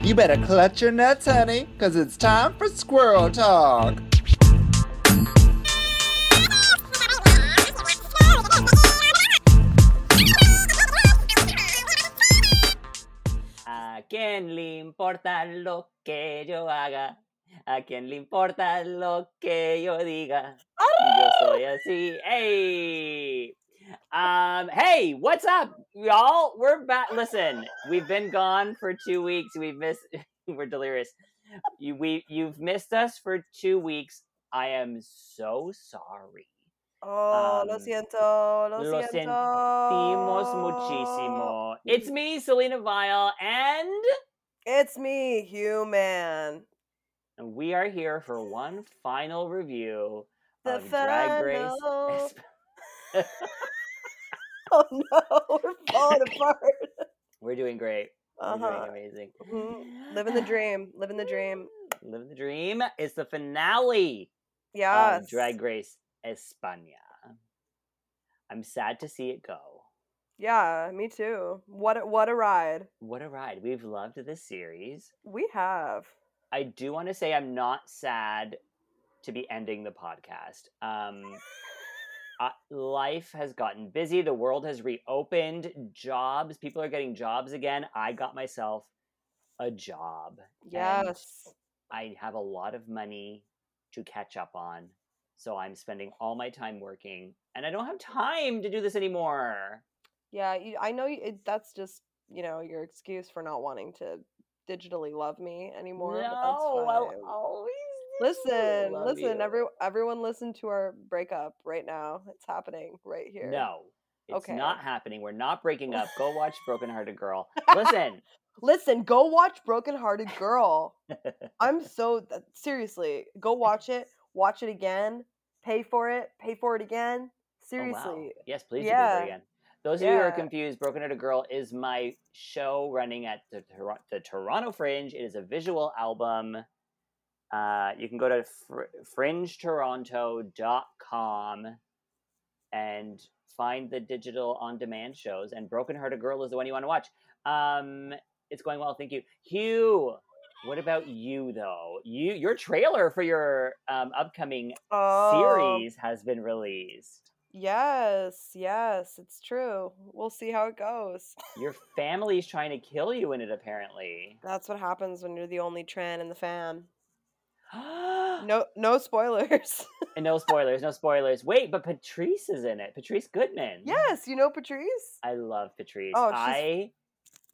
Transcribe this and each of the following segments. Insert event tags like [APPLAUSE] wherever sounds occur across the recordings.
You better clutch your nuts, honey, because it's time for squirrel talk. ¿A quién le importa lo que yo haga? ¿A quién le importa lo que yo diga? Yo soy así. Hey! Um, hey, what's up, y'all? We're back. Listen, we've been gone for two weeks. We've missed. [LAUGHS] We're delirious. You, we, you've missed us for two weeks. I am so sorry. Oh, lo Um, siento, lo, lo siento. Sentimos muchísimo. Oh, It's me, Selena Vile, and It's me, human. we are here for one final review The of Drag Race. [LAUGHS] final- Esp- Oh no, we're [LAUGHS] falling apart. We're doing great. Uh huh. We're doing amazing. Mhm. Living the dream. Living [GASPS] the dream. Live the dream is the finale Yes. of Drag Race España. I'm sad to see it go. Yeah, me too. What a, what a ride What a ride. We've loved this series. we have. I do want to say I'm not sad to be ending the podcast. [LAUGHS] Um, I, life has gotten busy. The world has reopened. Jobs, people are getting jobs again. I got myself a job. and Yes. I have a lot of money to catch up on. So I'm spending all my time working and I don't have time to do this anymore. Yeah, you, I know you, it, that's just you know your excuse for not wanting to digitally love me anymore. but that's no, I'll fine. always do Listen, love listen, you. every, everyone listen to our breakup right now. It's happening right here. No. It's Okay. not happening. We're not breaking up. Go [LAUGHS] watch Broken Hearted Girl. Listen, Listen, go watch Brokenhearted [LAUGHS] Girl. I'm so th- seriously, go watch it, watch it again, pay for it, pay for it again. Oh, wow. Seriously. Yes, please do Yeah. that again. Those of you who are Yeah. confused, Broken Hearted Girl is my show running at the, Tor- the Toronto Fringe. It is a visual album. Uh, you can go to fr- fringetoronto.com and find the digital on demand shows. And Broken Hearted Girl is the one you want to watch. Um, it's going well, thank you. Hugh, what about you though? You your trailer for your um, upcoming Oh, series has been released. Yes, yes, it's true. We'll see how it goes. Your family's trying to kill you in it, [GASPS] apparently. That's what happens when you're the only Tran in the fan. no, No, no spoilers. [LAUGHS] and no spoilers, no spoilers. Wait, but Patrice is in it. Patrice Goodman. yes, you know Patrice. I love Patrice. Oh, she's- I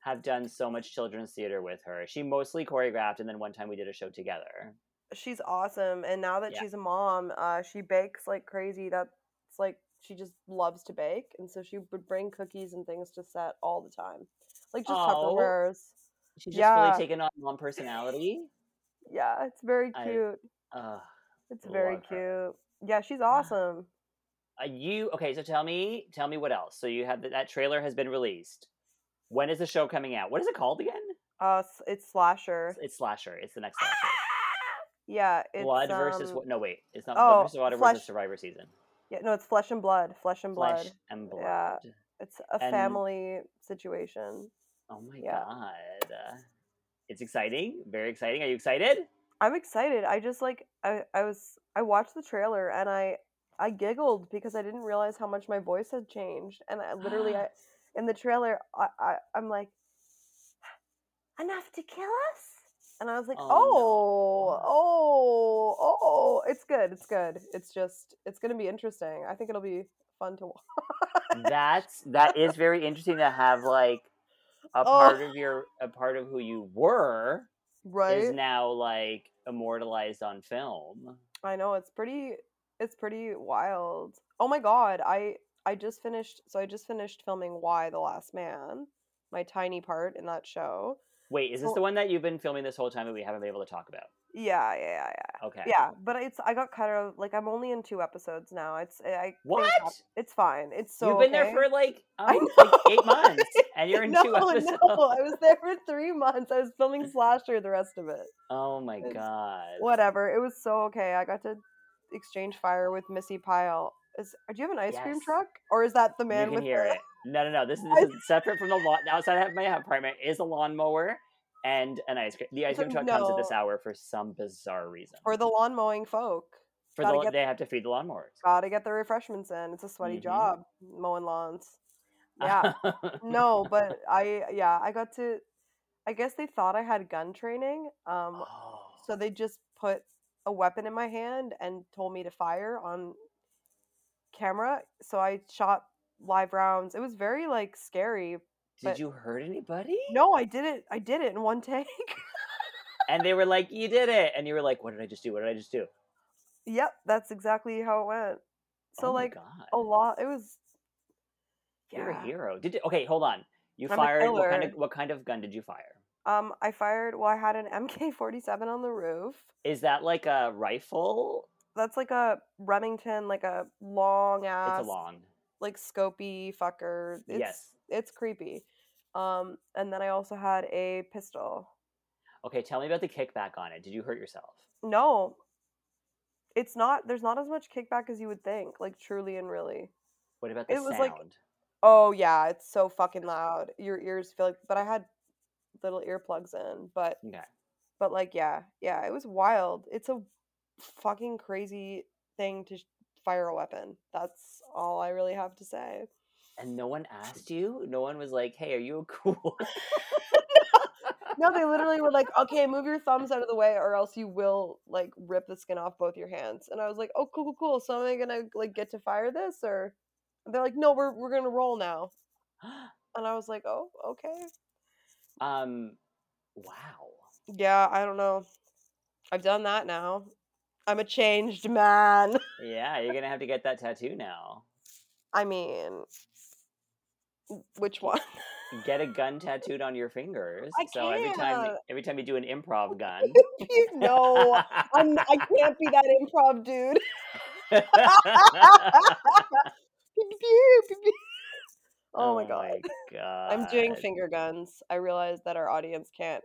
have done so much children's theater with her. She mostly choreographed, and then one time we did a show together. she's awesome and now that Yeah. she's a mom uh she bakes like crazy that's like she just loves to bake and so she would bring cookies and things to set all the time like just Oh. tupperwares She's just Yeah. really taken on mom personality. yeah it's very I cute Ugh. it's very love cute yeah she's awesome Are Uh, you okay? So tell me, tell me what else. So you have that, that trailer has been released. When is the show coming out? What is it called again? uh s- it's slasher It's slasher. It's the next slasher. yeah it's blood versus um, what? No, wait. It's not oh, blood versus water flesh- versus Survivor season. yeah no it's flesh and blood flesh and blood Flesh and blood. Yeah. it's a and- family situation Oh my Yeah. god, it's exciting. Very exciting. Are you excited? I'm excited. I just like I, I was I watched the trailer and I I giggled because I didn't realize how much my voice had changed. And I [GASPS] [GASPS] literally I, in the trailer I, I I'm like "Ah, enough to kill us. And I was like, Oh, no. oh, oh, oh, it's good, it's good. It's just, it's gonna be interesting. I think it'll be fun to watch. That's that is very interesting to have like a Oh. part of your a part of who you were is Right? now like immortalized on film. I know it's pretty, it's pretty wild. Oh my god, I I just finished. So I just finished filming Why the Last Man, my tiny part in that show. Wait, is this Well- the one that you've been filming this whole time that we haven't been able to talk about? Yeah, yeah, yeah, Okay. yeah. yeah but it's I got cut out. Like I'm only in two episodes now. It's eh, I- I What? it's fine. It's so you've been okay. there [LAUGHS] for like, I um, like know. eight months, and you're in no, two episodes. no, [LAUGHS] I was there for three months. I was filming Slasher the [LAUGHS] rest of it. Oh my It's- god! Whatever. It was so okay. I got to exchange fire with Missy Pyle. Is, do you have an ice cream Yes. truck, or is that the you man can with [LAUGHS] hear the, it. No, no, no. This is, I- this is separate from the lawn. Outside of my apartment is a lawnmower, and an ice cream. The ice cream truck comes at this No. hour for some bizarre reason. for the lawn mowing folk. For gotta the, get- they have to feed the lawnmowers. Gotta get the refreshments in. It's a sweaty Mhm. job mowing lawns. [LAUGHS] Yeah. no, but I yeah, I got to I guess they thought I had gun training. [GASPS] Um Oh. so they just put a weapon in my hand and told me to fire on camera. So I shot live rounds. It was very like scary. Did but- you hurt anybody? No, I did it. I did it in one [LAUGHS] take. And they were like, "You did it!" And you were like, "What did I just do? What did I just do?" yep, that's exactly how it went. So oh like my God. a lot it was You're a hero. Did you, okay, hold on. You I'm a fired what kind killer. of what kind of gun did you fire? Um, I fired. Well, I had an MK47 on the roof. Is that like a rifle? That's like a Remington, like a long ass, It's a long. like scopy fucker. It's, yes. it's creepy. Um, and then I also had a pistol. Okay, tell me about the kickback on it. Did you hurt yourself? No, it's not. There's not as much kickback as you would think. Like truly and really. What about the It was sound? like- Oh yeah, it's so fucking loud. Your ears feel like. But I had little earplugs in. But okay. but like yeah yeah it was wild it's a fucking crazy thing to sh- fire a weapon that's all i really have to say And no one asked you? No one was like, "Hey, are you [LAUGHS] cool?" no they literally were like okay move your thumbs out of the way or else you will like rip the skin off both your hands and i was like oh cool cool cool so am i gonna like get to fire this or and they're like no we're, we're gonna roll now and i was like oh okay um wow. yeah i don't know i've done that now i'm a changed man [LAUGHS] Yeah, you're going to have to get that tattoo now. i mean which one Get a gun tattooed on your fingers. I so every time can't. every time you do an improv [LAUGHS] gun. you know, [LAUGHS] I'm, I can't be that improv dude. [LAUGHS] Pew, pew, pew, pew. oh my god. I'm doing God. finger guns. I realize that our audience can't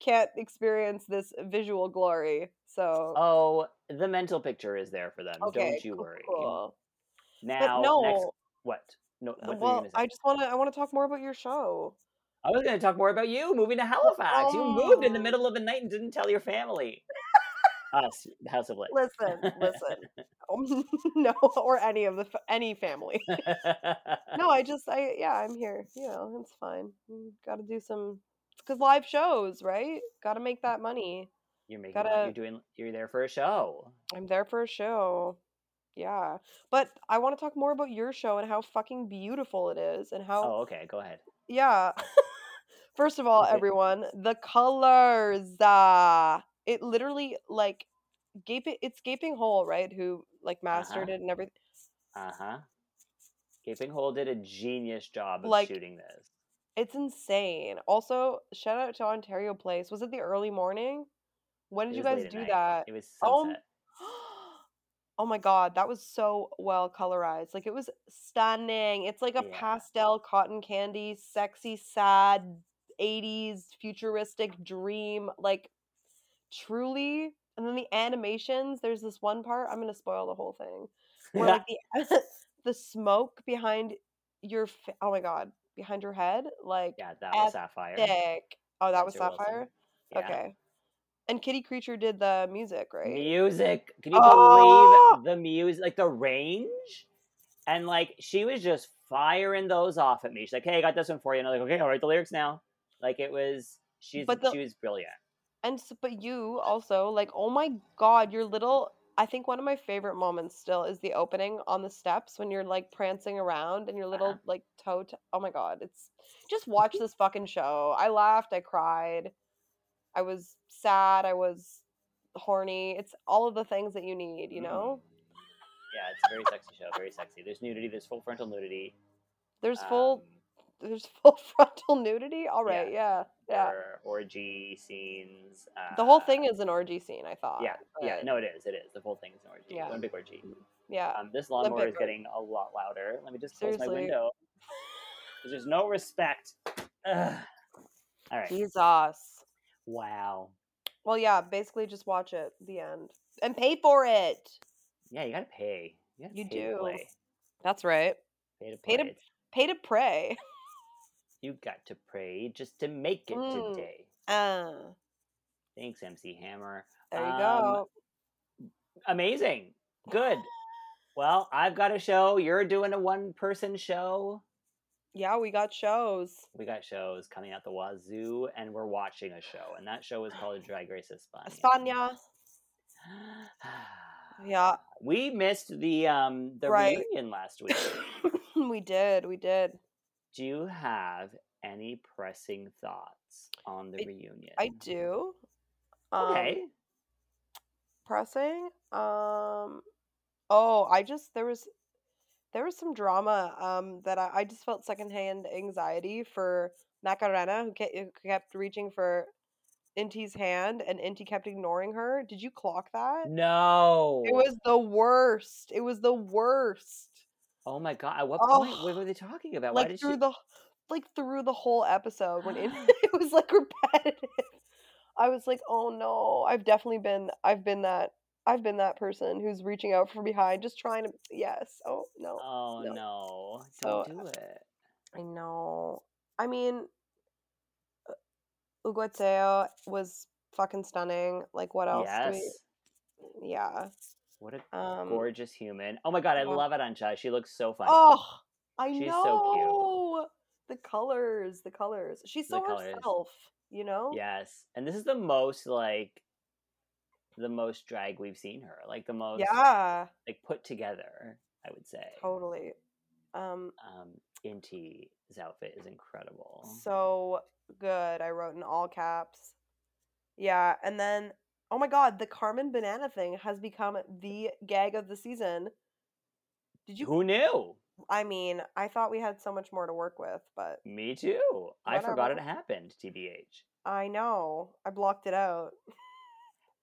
can't experience this visual glory. So Oh, the mental picture is there for them. okay, Oh, Don't you cool, worry. cool. Now, but no, next, what? No, uh, what were you well, gonna say? I just want to I want to talk more about your show. I was going to talk more about you moving to Halifax. you moved in the um, middle of the night and didn't tell your [LAUGHS] family. Us, the House of Lit. Listen, listen. [LAUGHS] Oh, [LAUGHS] no, or any of the f- any family. [LAUGHS] no, I just I yeah, I'm here. You know, it's fine. Got to do some because live shows, right? Got to make that money. you're making. gotta- out- You're doing. You're there for a show. I'm there for a show. Yeah, but I want to talk more about your show and how fucking beautiful it is and how Oh, okay. Go ahead. yeah. [LAUGHS] First of all, Okay. everyone, the colors. Uh, it literally like gaping. It's gaping hole, right? Who like Uh-huh. mastered it and everything. Uh huh. Gaping Hole did a genius job of Like- shooting this. It's insane. Also, shout out to Ontario Place. Was it the early morning? When It did you was guys late at do night. that? [GASPS] It was Oh, sunset. oh my god, that was so well colorized. Like it was stunning. It's like a Yeah. pastel cotton candy, sexy, sad, 80s futuristic dream. Like truly. And then the animations, there's this one part, I'm gonna spoil the whole thing. Where like the, [LAUGHS] the smoke behind your fa- oh my god, behind your head, like [LAUGHS] yeah, that was Sapphire. thick. Oh, that was Spencer Wilson. Sapphire? Yeah. Okay. And Kitty Creature did the music, right? Music. Can you Oh! believe the music? Like the range? And like she was just firing those off at me. She's like, hey, I got this one for you. And I was like, okay, I'll write the lyrics now. Like it was she's But the- she was brilliant. and s- but you also like oh my god your little i think one of my favorite moments still is the opening on the steps when you're like prancing around and your little like toe t- oh my god it's just watch this fucking show i laughed i cried i was sad i was horny it's all of the things that you need you Mm. know Yeah, it's a very sexy show, very sexy. There's nudity, there's full frontal nudity. there's full um, there's [LAUGHS] full frontal nudity all Yeah. right yeah yeah, there are orgy scenes. Uh, the whole thing is an orgy scene i thought Yeah, yeah, but- no, it is, it is. The whole thing is an orgy. Yeah. One big orgy. yeah Um, this lawnmower big is orgy. getting a lot louder. Let me just close my Seriously. window. 'cause There's no respect. Ugh. All right. jesus Wow. Well, yeah, basically just watch it. The end. And pay for it. Yeah, you gotta pay. You, gotta You pay To do. play. That's right. Pay to play. Pay to- It's- Pay to pray. [LAUGHS] You got to pray just to make it Mm. today. Uh, Thanks, MC Hammer. there you Um, go. Amazing. Good. Well, I've got a show. You're doing a one person show. Yeah, we got shows. We got shows coming out the wazoo, and we're watching a show. And that show is called Drag [SIGHS] Race España. [SIGHS] España. Yeah, [CLEARS THROAT] we missed the um the Right. reunion last [COUGHS] week. we did. We did. Do you have any pressing thoughts on the I- reunion? I do. Um, Okay. Pressing. Um. Oh, I just there was there was some drama. Um, that I, I just felt secondhand anxiety for Macarena, who kept, who kept reaching for Inti's hand, and Inti kept ignoring her. Did you clock that? no. It was the worst. It was the worst. oh my god. At what point? What Ugh. were they talking about? Why Oh, Like did through she? the like through the whole episode [GASPS] when it, [LAUGHS] it was like repetitive. I was like, "Oh no, I've definitely been I've been that I've been that person who's reaching out from behind just trying to yes. Oh no. Oh no. No. Don't So, do it. I know. I mean, Uguatseo was fucking stunning. Like what else? do we- Yes. yeah. What a Um gorgeous human. Oh my god, I yeah. love Arancha. She looks so funny. Oh, I She's so cute. know. The colors, the colors. She's The so colours. herself, you know? Yes. And this is the most like the most drag we've seen her. Like oh, the most Yeah, like put together, I would say. totally. Um Um Inti's outfit is incredible. so good. I wrote in all caps. Yeah, and then oh my god, the Carmen banana thing has become the gag of the season. Did you Who knew? I mean, I thought we had so much more to work with, but Me too. I forgot it Whatever. happened, TBH. I know. I blocked it out.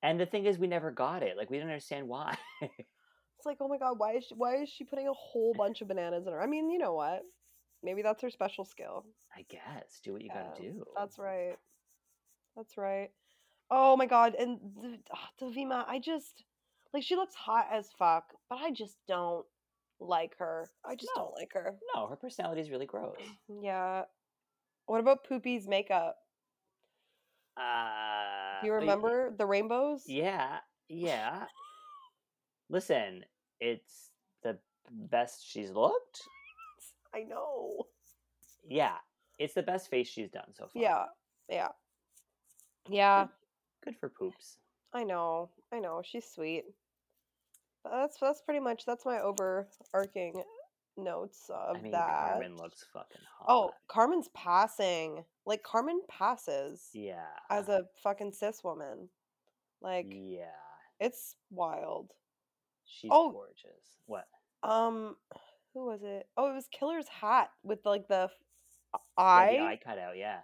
And the thing is we never got it. Like we didn't understand why. [LAUGHS] It's like, oh my god, why is she, why is she putting a whole bunch of bananas in her? I mean, you know what? Maybe that's her special skill. I guess. Do what you gotta Yeah, do. That's right. That's right. Oh my god, and ah, Davima, I just like she looks hot as fuck, but I just don't like her. I just No. don't like her. No, her personality is really [SNIFFS] gross. Yeah. What about Poopy's makeup? Uh Do you oh, remember the rainbows? Yeah, yeah. Listen, it's the best she's looked. I know. Yeah, it's the best face she's done so far. Yeah. Yeah. [LAUGHS] Yeah. Good for poops. I know, I know. She's sweet. That's that's pretty much that's my overarching notes of I mean, that. Carmen looks fucking hot. oh, Carmen's passing. Like Carmen passes yeah. as a fucking cis woman. Like yeah, it's wild. she's oh. gorgeous. What? Um, who was it? Oh, it was Killer's hat with like the f- Oh, Yeah, eye. the eye cut out. Yeah,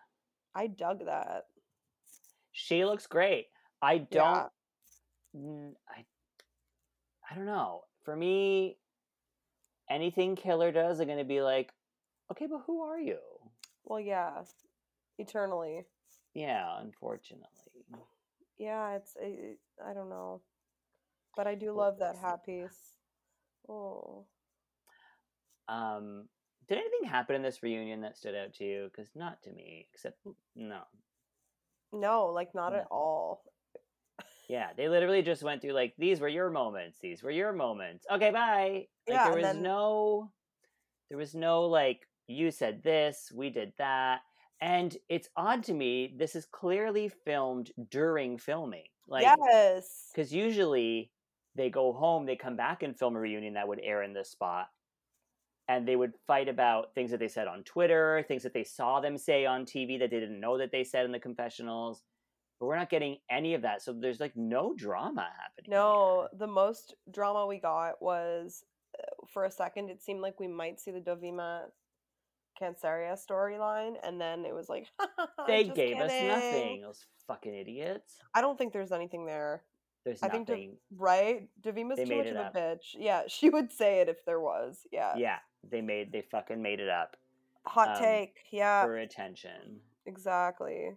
I dug that. she looks great. I Yeah. don't. n- I. I don't know. For me, anything Killer does, I'm gonna be like, okay, but who are you? Well, yeah. Eternally. Yeah, unfortunately. Yeah, it's it, I don't know, but I do Oh, love that it's hat piece. Oh, Um, did anything happen in this reunion that stood out to you? Because not to me, except no. no, like not at Nothing. all. Yeah, they literally just went through like these were your moments, these were your moments. Okay, bye. Like Yeah, there was and then- no, there was no like you said this, we did that, and it's odd to me. This is clearly filmed during filming, like yes, because usually they go home, they come back and film a reunion that would air in this spot, and they would fight about things that they said on Twitter, things that they saw them say on TV that they didn't know that they said in the confessionals. But we're not getting any of that, so there's like no drama happening. no. The most drama we got was uh, for a second it seemed like we might see the Dovima Canceria storyline, and then it was like [LAUGHS] here. they "Just gave us kidding." nothing. Those fucking idiots. I don't think there's anything there. There's I nothing. think Dav- right? Davima's They too made much it of up. a bitch. Yeah, she would say it if there was. Yeah. yeah, they made they fucking made it up Hot Um, take. Yeah, for attention. [LAUGHS] exactly.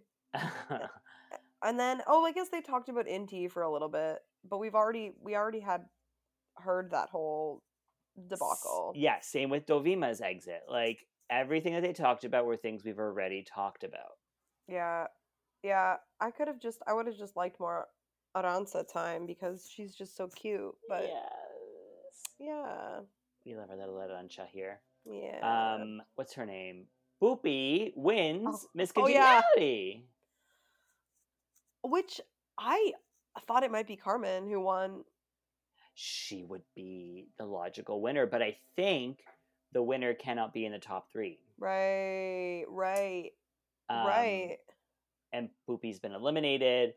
and then oh i guess they talked about nt for a little bit but we've already we already had heard that whole debacle Yeah, same with Dovima's exit. Like everything that they talked about were things we've already talked about. yeah Yeah, I could have just I would have just liked more Aranza time because she's just so cute. But yes. yeah, We love our little Arancha here. yeah. Um, what's her name? Boopy wins Miss oh, yeah. Congeniality. Which I thought it might be Carmen who won. She would be the logical winner, but I think the winner cannot be in the top three. Right, right, Um, right. And Boopy's been eliminated.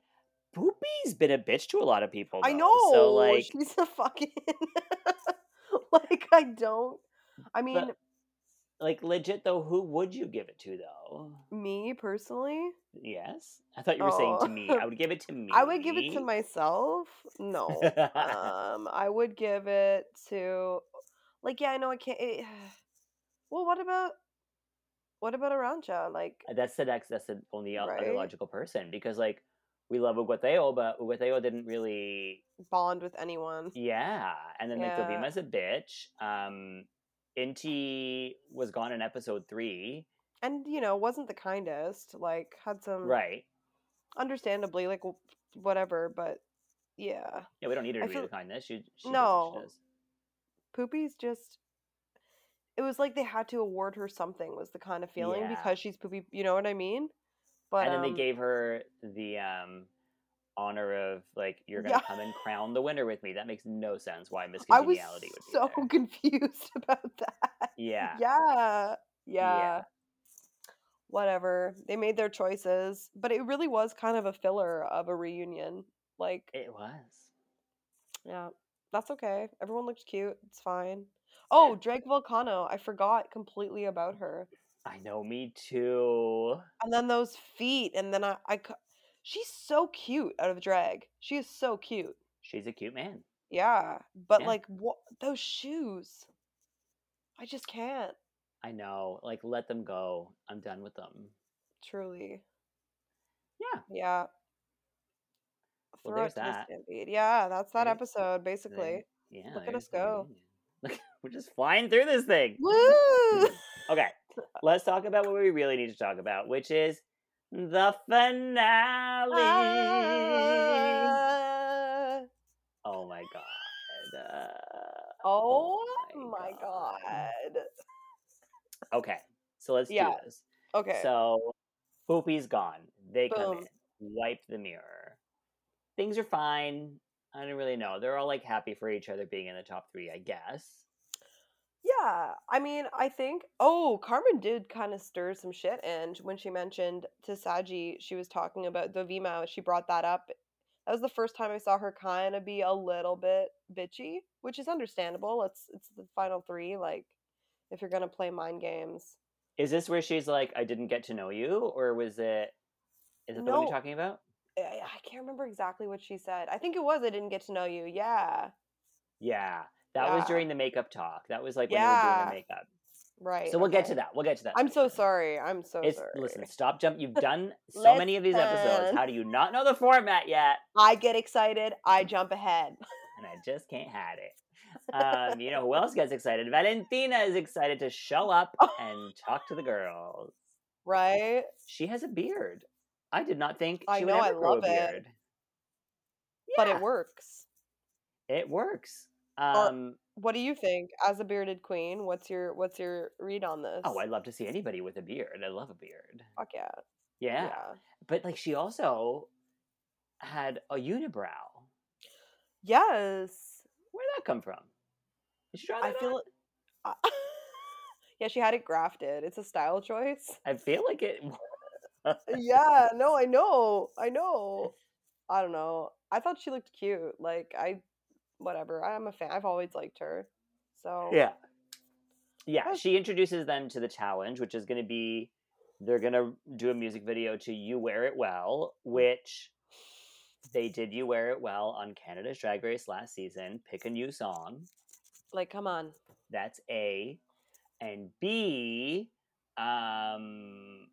Boopy's been a bitch to a lot of people. I though, know. So like, she's a fucking [LAUGHS] like I don't. I mean, like legit though, who would you give it to though? me personally, Yes, I thought you were saying Oh. to me. I [LAUGHS] would give it to me. I would give it to myself. [LAUGHS] No. um, I would give it to, like, yeah, I know I can't. It, [SIGHS] well, what about, what about Arancha? Like, Uh, that's the next that's the only o- other Right? logical person because like we love Uguateo, but Uguateo didn't really bond with anyone? yeah and then like Yeah. Dovima's a bitch um Inti was gone in episode three And you know, wasn't the kindest. Like, had some right understandably, like, w- whatever. But yeah, yeah we don't need her I to be feel- the kindness she, she does No. what she does Poopy's just. It was like they had to award her something. Was the kind of feeling Yeah. because she's poopy. You know what I mean? But and then um, they gave her the um honor of like you're gonna Yeah. come and crown the winner with me that makes no sense why Miss I was [LAUGHS] Congeniality would be so there. confused about that. yeah yeah Yeah. yeah whatever they made their choices but it really was kind of a filler of a reunion like it was yeah that's okay everyone looked cute it's fine oh drake volcano i forgot completely about her I know me too and then those feet and then i, I cou- she's so cute out of drag she is so cute she's a cute man yeah but Yeah. like what those shoes i just can't I know. Like, let them go. I'm done with them. truly Yeah. Yeah. Well, Throw there's it to the that. stampede. Yeah, that's that There's- episode basically. Yeah. Look at there's us the go. reunion. Look, [LAUGHS] we're just flying through this thing. [LAUGHS] Woo! Okay. Let's talk about what we really need to talk about, which is the Oh finale. Ah. Oh my god. Uh, oh my my God. god. okay. So let's Yeah. do this. Okay. So Poopy's gone. They come in, Boom. wipe the mirror. Things are fine. I don't really know. They're all like happy for each other being in the top three, I guess. yeah, I mean, I think oh, Carmen did kind of stir some shit and when she mentioned to Saji, she was talking about Dovima, she brought that up. That was the first time I saw her kind of be a little bit bitchy, which is understandable. It's it's the final 3 like if you're going to play mind games. Is this where she's like, I didn't get to know you? Or was it, is it the one No. you're talking about? I, I can't remember exactly what she said. I think it was I didn't get to know you. Yeah. Yeah. That was Yeah. during the makeup talk. That was like when you were doing Yeah. the makeup. Right. So we'll get to okay. that. We'll get to that. I'm so later. sorry. I'm so It's sorry. listen, stop jump. You've done [LAUGHS] so many of these episodes. Listen. How do you not know the format yet? I get excited. I jump ahead. and I just can't hide it. Um, you know who else gets excited? Valentina is excited to show up [LAUGHS] and talk to the girls. Right? She has a beard. I did not think I she know, would I ever grow a love it. beard. But Yeah. it works. It works. Um, What do you think as a bearded queen? What's your what's your read on this? oh, I'd love to see anybody with a beard. I love a beard. fuck yeah. Yeah. But like she also had a unibrow. Yes. Where'd that come from? Did she draw I that feel on? it I- [LAUGHS] Yeah, she had it grafted. It's a style choice. [LAUGHS] I feel like it yeah, no, I know. I know. I don't know. I thought she looked cute. Like I whatever. I'm a fan. I've always liked her. So Yeah. Yeah, That's- she introduces them to the challenge, which is going to be they're going to do a music video to You Wear It Well, which they did You Wear It Well on Canada's Drag Race last season. Pick a new song. like come on. That's A. And B, um,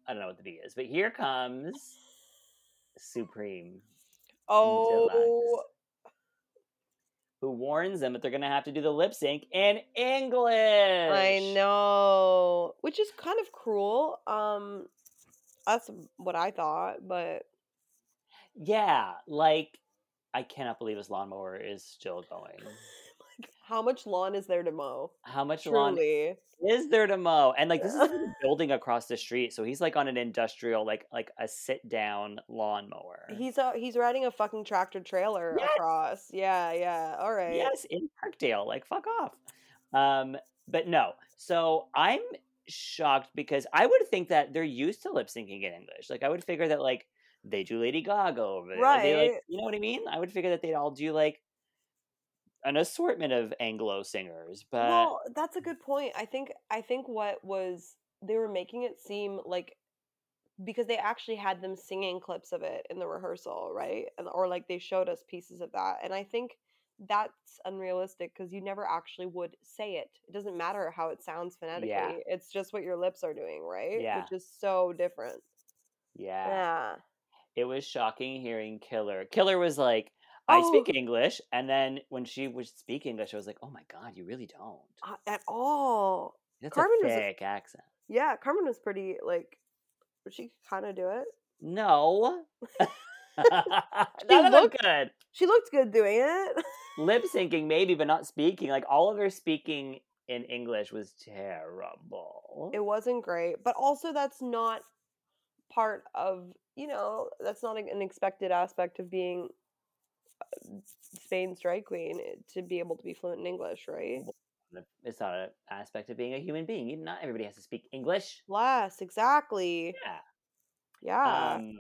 I don't know what the B is, but here comes Supreme, Oh who warns them that they're going to have to do the lip sync in English. I know. Which is kind of cruel. Um that's what I thought, but Yeah, like I cannot believe his lawnmower is still going. Like, how much lawn is there to mow? [LAUGHS] How much lawn Truly. is there to mow? And like this is Yeah. like a building across the street, so he's like on an industrial, like like a sit down lawnmower. He's uh he's riding a fucking tractor trailer Yes. across. Yeah, yeah. All right. yes in Parkdale, like fuck off. Um, but no, so I'm shocked because I would think that they're used to lip syncing in English. Like I would figure that like they do Lady Gaga over there. They, like, Right. you know what I mean? I would figure that they'd all do like an assortment of Anglo singers, but Well, that's a good point. I think I think what was they were making it seem like because they actually had them singing clips of it in the rehearsal, right? And or like they showed us pieces of that. And I think that's unrealistic because you never actually would say it. It doesn't matter how it sounds phonetically. It's just what your lips are doing, right? Yeah. Which is so different. yeah. Yeah. it was shocking hearing Killer. Killer was like, I Oh. speak English. And then when she would speak English, I was like, oh my God, you really don't. Uh, at all. That's Carmen a was a- thick accent. Yeah, Carmen was pretty like she could kind of do it. No. None of them looked- good. She looked good doing it. [LAUGHS] Lip syncing, maybe, but not speaking. Like all of her speaking in English was terrible. it wasn't great, but also that's not part of, you know, that's not an expected aspect of being uh, Spain's drag queen eh, to be able to be fluent in English, right? it's not an aspect of being a human being. You- Not everybody has to speak English. Less, exactly. Yeah. Yeah. Um,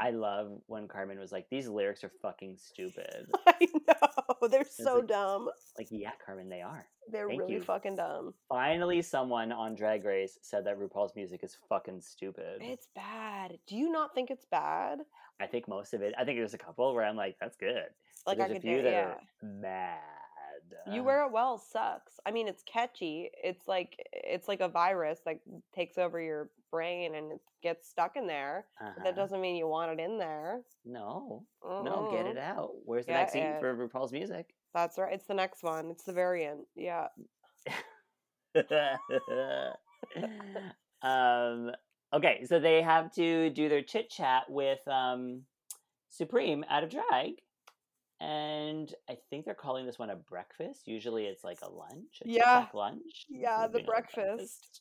I love when Carmen was like, these lyrics are fucking stupid. [LAUGHS] I know. They're so like- dumb. like, yeah, Carmen, they are. They're thank really you. fucking dumb. finally someone on Drag Race said that RuPaul's music is fucking stupid. It's bad. Do you not think it's bad? I think most of it. I think there's a couple where I'm like, that's good. Like there's I a could do few it. that Yeah. are mad. You Uh, wear it well sucks. I mean, it's catchy. It's like it's like a virus that takes over your brain and it gets stuck in there. But uh-huh. [LAUGHS] that doesn't mean you want it in there. No, no, get it Mm-mm. out. Where's the Get next scene it. for RuPaul's music? That's right. It's the next one. It's the variant. Yeah. [LAUGHS] um, okay, so they have to do their chit chat with um, Supreme out of drag. And I think they're calling this one a breakfast. Usually it's like a lunch, a Yeah. TikTok lunch. Yeah, Moving on the to breakfast. breakfast.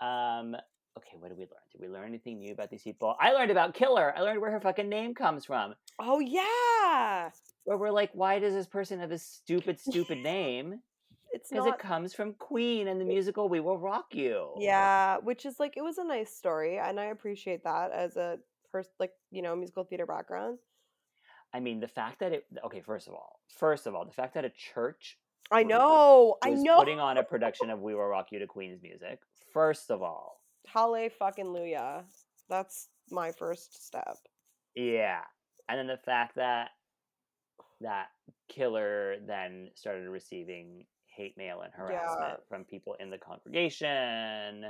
Um, okay, what did we learn? Did we learn anything new about these people? I learned about Killer. I learned where her fucking name comes from. Oh yeah. Where we're like, why does this person have this stupid, stupid name? It's Because not. it comes from Queen and the musical We Will Rock You. yeah, which is like it was a nice story, and I appreciate that as a person, like you know, musical theater background. I mean, the fact that it okay, first of all, first of all, the fact that a church I Was- know. I was know. putting on a production of "We Will Rock You" to Queen's music. First of all, Halle fucking Luya. That's my first step. yeah, and then the fact that that killer then started receiving hate mail and harassment from people in the congregation,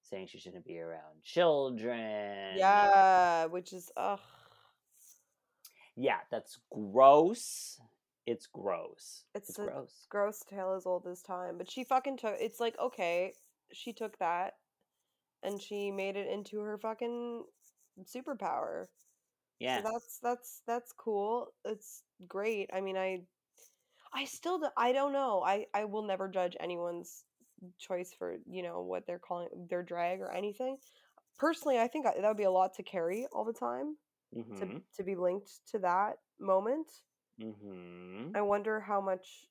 saying she shouldn't be around children. Yeah, which is ugh. yeah, that's gross. It's gross. It's It's, a- gross. Gross tale as old as time. But she fucking took it's like, okay, she took that and she made it into her fucking superpower. Yeah. So that's that's that's cool. It's great. I mean I I still do, I don't know. I I will never judge anyone's choice for, you know, what they're calling their drag or anything. Personally, I think I- that would be a lot to carry all the time mm-hmm. to to be linked to that moment. mm-hmm. [LAUGHS] I wonder how much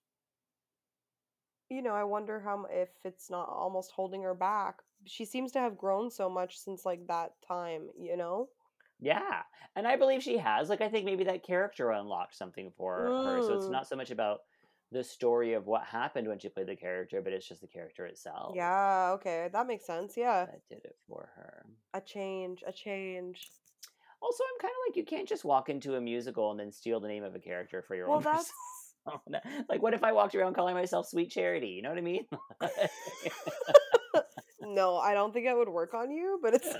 you know, I wonder how mu- if it's not almost holding her back. She seems to have grown so much since like that time, you know? Yeah. And I believe she has. Like, I think maybe that character unlocked something for her. So it's Mm. not so much about the story of what happened when she played the character, but it's just the character itself Yeah, okay. That makes sense. Yeah. that did it for her. A change, a change. Also, I'm kind of like, you can't just walk into a musical and then steal the name of a character for your Well, own [LAUGHS] that's persona. Like, what if I walked around calling myself Sweet Charity? You know what I [LAUGHS] mean? [LAUGHS] no, I don't think it would work on you, but [LAUGHS] it's [LAUGHS]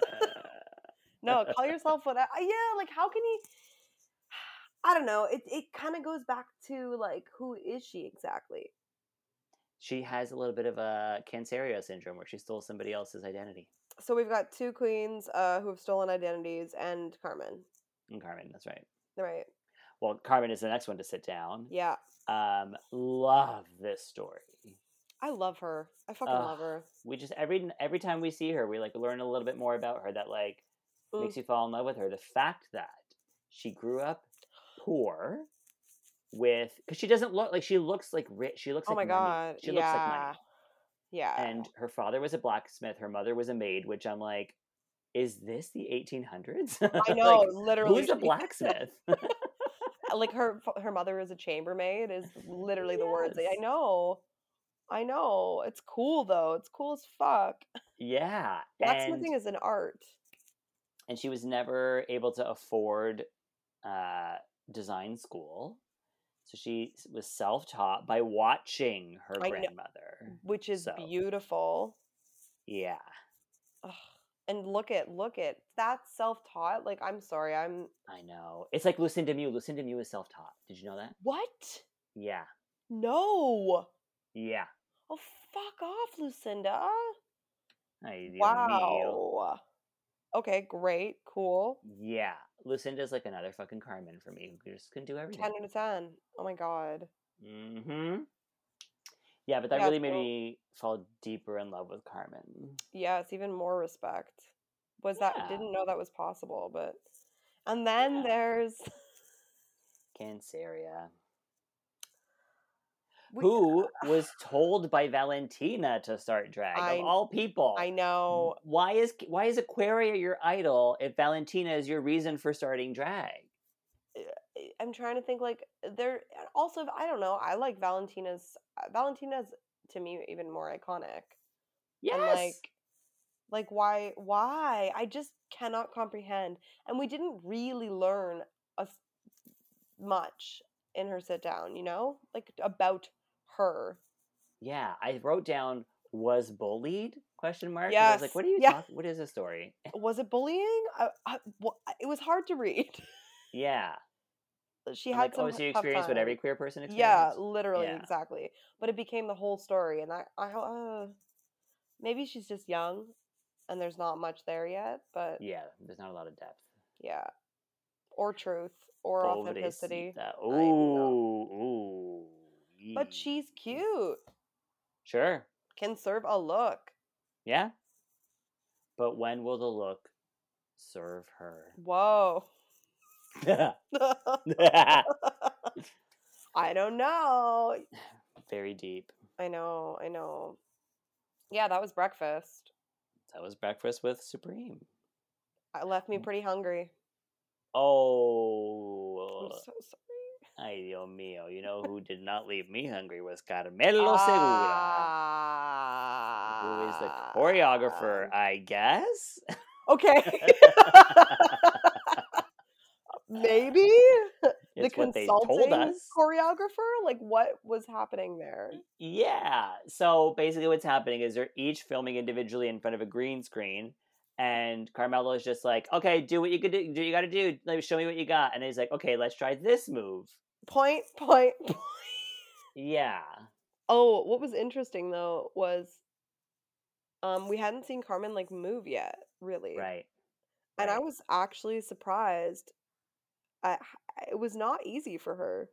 no, call yourself what I, I- yeah, like how can he [SIGHS] I don't know. It it kind of goes back to like who is she exactly? she has a little bit of a Canceria syndrome where she stole somebody else's identity. So we've got two queens uh, who have stolen identities and Carmen. and Carmen. That's right. Right. Well, Carmen is the next one to sit down. Yeah. Um, love this story. I love her. I fucking Ugh. love her. We just every every time we see her, we like learn a little bit more about her that like Mm. makes you fall in love with her. The fact that she grew up poor with because she doesn't look like she looks like rich. She looks Oh my like money. god. She yeah. looks like money. Yeah. and [LAUGHS] her father was a blacksmith her mother was a maid which i'm like is this the 1800s [LAUGHS] I Like, know, literally. who's a she- [LAUGHS] blacksmith Like her, f- her mother is a chambermaid. Is literally the words. I Yes. know, I know. It's cool though. It's cool as fuck. yeah and, Blacksmithing is an art. and she was never able to afford uh, design school so she s- was self-taught by watching her I know. grandmother which is Mm, So. beautiful. yeah Ugh. And look at look at that's self taught. Like I'm sorry, I'm i know it's like lucinda mew lucinda mew is self-taught did you know that what? yeah No. yeah Oh fuck off, Lucinda. I- oh, Mew. Wow. Okay, great, cool. yeah lucinda's like another fucking carmen for me who just can do everything Ten out of ten. Oh my god. Mm-hmm. Yeah, but that Yeah, really made so- me fall deeper in love with Carmen. Yeah, it's even more respect. Was Yeah. that didn't know that was possible, but and then Yeah. there's [LAUGHS] Canceria. we- Who [LAUGHS] was told by Valentina to start drag I- of all people? I know. Why is why is Aquaria your idol if Valentina is your reason for starting drag? I- eh, I'm trying to think like there eh, also I don't know I like Valentina's uh, Valentina's to me even more iconic Yes. and like like why why I just cannot comprehend and we didn't really learn us much in her sit down you know like about her yeah, I wrote down was bullied question mark. 'cause I was Yes, like, what are you yeah. talking? What is this story? [LAUGHS] was it bullying I, I, wha- it was hard to read [LAUGHS] yeah. she I'm had like, some oh, so you tough experienced what time. every queer person Yeah, experiences? literally, Yeah. exactly. But it became the whole story, and I, I, ho- uh, maybe she's just young, and there's not much there yet. But yeah, Yeah, there's not a lot of depth. or truth, or authenticity. Pobrecita. know. Ooh, ooh. But yee. she's cute, sure, can serve a look. yeah. But when will the look serve her? Whoa, [LAUGHS] Mm. I don't know. [LAUGHS] Very deep. I know, I know. Yeah, that was breakfast. That was breakfast with Supreme. I left me Mm. pretty hungry. I'm Oh, so sorry. ay Dios mío! You know who did not leave me hungry was Carmelo Segura, who is the choreographer, Ah. I guess. [LAUGHS] Okay. [LAUGHS] maybe the it's what they consulting told us. Mm. choreographer like what was happening there Yeah. So basically, what's happening is they're each filming individually in front of a green screen, and Carmelo is just like, "Okay, do what you could do. Do what you got to do. Let me show me what you got." And he's like, "Okay, let's try this move." point point point. Yeah. oh what was interesting though was um we hadn't seen carmen like move yet really Right. and i right. was actually surprised I, it was not easy for her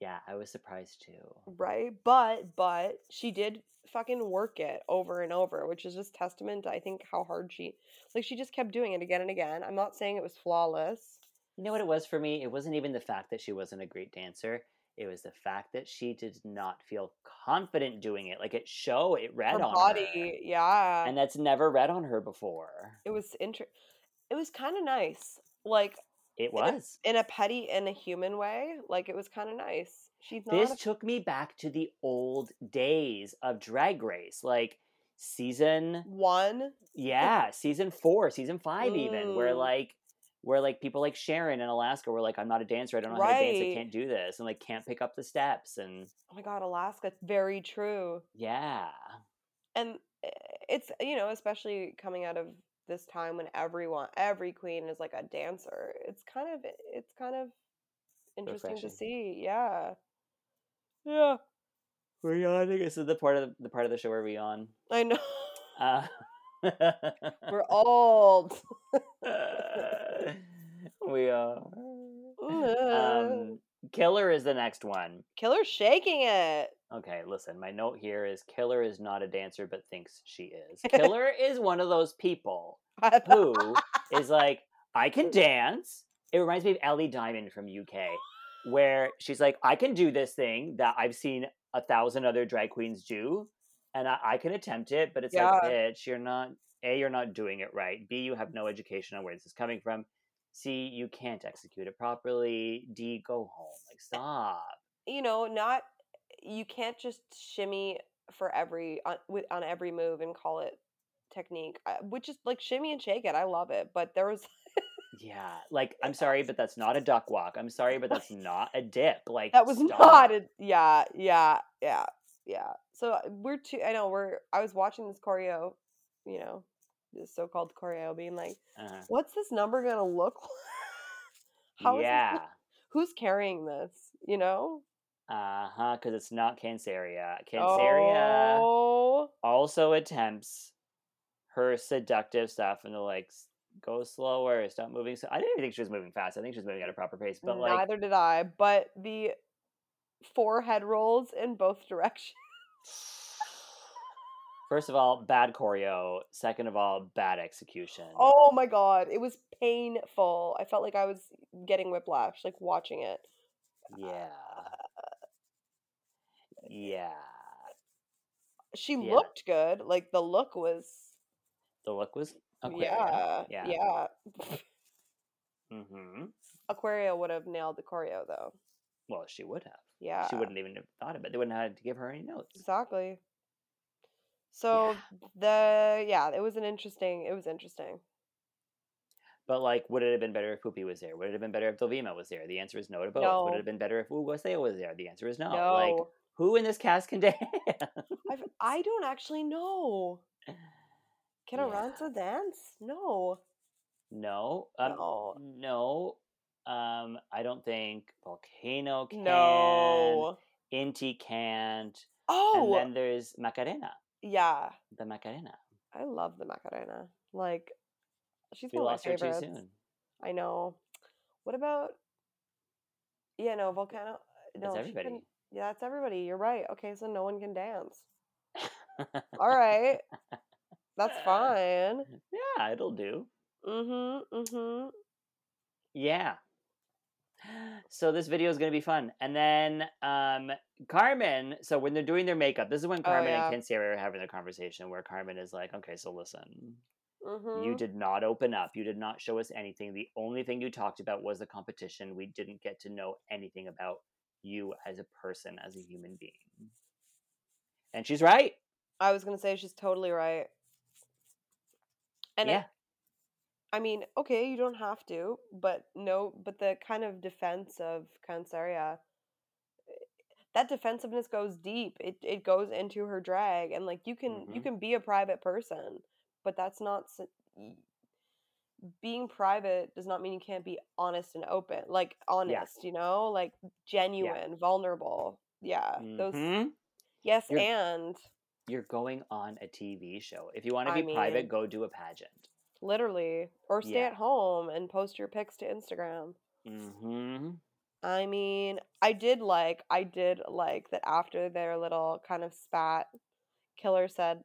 Yeah, I was surprised too. right but but she did fucking work it over and over which is just testament to i think how hard she like she just kept doing it again and again i'm not saying it was flawless You know what it was for me? It wasn't even the fact that she wasn't a great dancer. It was the fact that she did not feel confident doing it. Like it show, it read her on body yeah her, and that's never read on her before. it was inter- it was kind of nice like It in a- was. in a petty in a human way like it was kind of nice she's not this a- took me back to the old days of drag race like season one yeah season four season five even where Mm. like where like people like sharon in alaska were like i'm not a dancer i don't know how to dance i Right. can't do this and like can't pick up the steps and oh my god alaska very true yeah and i- it's you know especially coming out of this time when everyone every queen is like a dancer it's kind of eh, it's kind of interesting Refreshing. to see yeah yeah we're yawning this is the part of the, the part of the show where we yawn i know [LAUGHS] uh, [LAUGHS] we're old We are. Uh. [LAUGHS] Um, Killer is the next one. Killer's shaking it. [LAUGHS] Okay, listen, my note here is Killer is not a dancer but thinks she is. Killer is one of those people who is like, I can dance. It reminds me of Ellie Diamond from UK, where she's like, I can do this thing that I've seen a thousand other drag queens do, and I, I can attempt it, but it's like, Yeah. bitch, you're not, A, you're not doing it right. B, you have no education on where this is coming from. C, you can't execute it properly. D, go home. Like, stop. you know, not you can't just shimmy for every on, with, on every move and call it technique, I- which is like shimmy and shake it. I love it, but there was [LAUGHS] Yeah, like I'm sorry, but that's not a duck walk. I'm sorry, but [LAUGHS] that's not a dip. Like that was stop. not a yeah, yeah, yeah, yeah. So uh, we're too. I know we're. I was watching this choreo, you know, this so-called choreo, being like, Uh-huh. what's this number gonna look? like? [LAUGHS] How is this yeah, Who's carrying this? You know, uh huh. Because it's not Canceria. Canceria Oh, also attempts her seductive stuff, and they're like, "S- "Go slower, stop moving." So I didn't even think she was moving fast. I think she was moving at a proper pace, but like, neither did I. But the four head rolls in both [LAUGHS] directions. [SIGHS] first of all, bad choreo. Second of all, bad execution. Oh my god, it was painful. I felt like I was getting whiplash, like watching it. yeah, yeah. She Yeah. looked good. Like the look was. The look was. Yeah, Aquaria. yeah. yeah. Mm-hmm. Aquaria would have nailed the choreo though. Well, she would have. Yeah. She wouldn't even have thought of it. They wouldn't have had to give her any notes. Exactly. So the yeah, it was an interesting. It was interesting. But like, would it have been better if Poopy was there? Would it have been better if Delvima was there? The answer is no to both. Would No. it have been better if Ugoseo was there? The answer is no. no, Like, who in this cast can [LAUGHS] dance? I've, I don't actually know. Can Yeah. Aranza dance? No. no. Um, no. no. Um, I don't think Volcano can. No. Inti can't. Oh, And then there's Macarena. yeah. The Macarena. I love the Macarena. Like, she's We one lost of my her too favorites. soon. [LAUGHS] I know. What about? Yeah, no, Volcano. No, That's she everybody. couldn't- yeah, that's everybody. You're right. Okay, so no one can dance. All [LAUGHS] right, that's fine. yeah, it'll do. Mm-hmm. Mm-hmm. Yeah. So this video is going to be fun. And then um Carmen, so when they're doing their makeup, this is when Carmen Oh, yeah. and Kinseria are having the conversation where Carmen is like, "Okay, so listen. Mm-hmm. You did not open up. You did not show us anything. The only thing you talked about was the competition. We didn't get to know anything about you as a person, as a human being." And she's right. I was gonna say she's totally right. And Yeah. I, I mean, okay, you don't have to, but no, but the kind of defense of Canceria, that defensiveness goes deep. It it goes into her drag, and like you can you Mhm. can be a private person, but that's not s- y- being private does not mean you can't be honest and open, like honest, you know, like genuine, vulnerable. Yeah, uh, those Mhm. yes, You're- and You're going on a TV show. If you want to I be private, mean- go do a pageant. Literally. Or stay Yeah. at home and post your pics to Instagram. Mhm. I mean, I did like, I did like that after their little kind of spat, Killer said,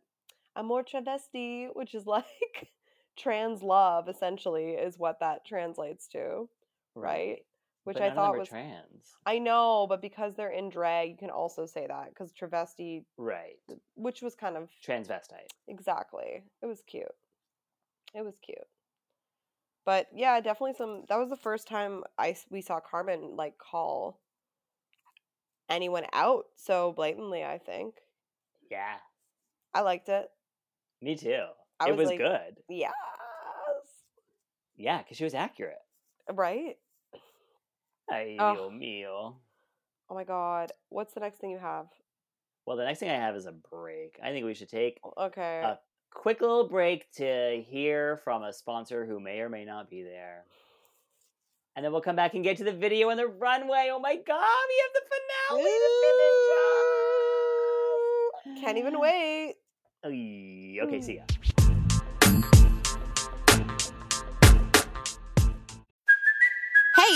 I'm more travesti, which is [LAUGHS] like trans love, essentially, is what that translates to, right? Which But I none of them thought are was, trans. I know, but because they're in drag, you can also say that because travesti, Right. which was kind of Transvestite. Exactly. It was cute. It was cute. But yeah, definitely some. That was the first time I s- we saw Carmen like call anyone out so blatantly. I think Yeah. I liked it. Me too. I it was was like- good. Yes. Yeah, because she was accurate. Right. Ay, Ugh. Dios mío. Oh my God. What's the next thing you have? Well, the next thing I have is a break. I think we should take a Okay. Uh, quick little break to hear from a sponsor who may or may not be there. And then we'll come back and get to the video and the runway. Oh my god, we have the finale to finish up. Can't even wait. Ay, Okay, see ya. Hey,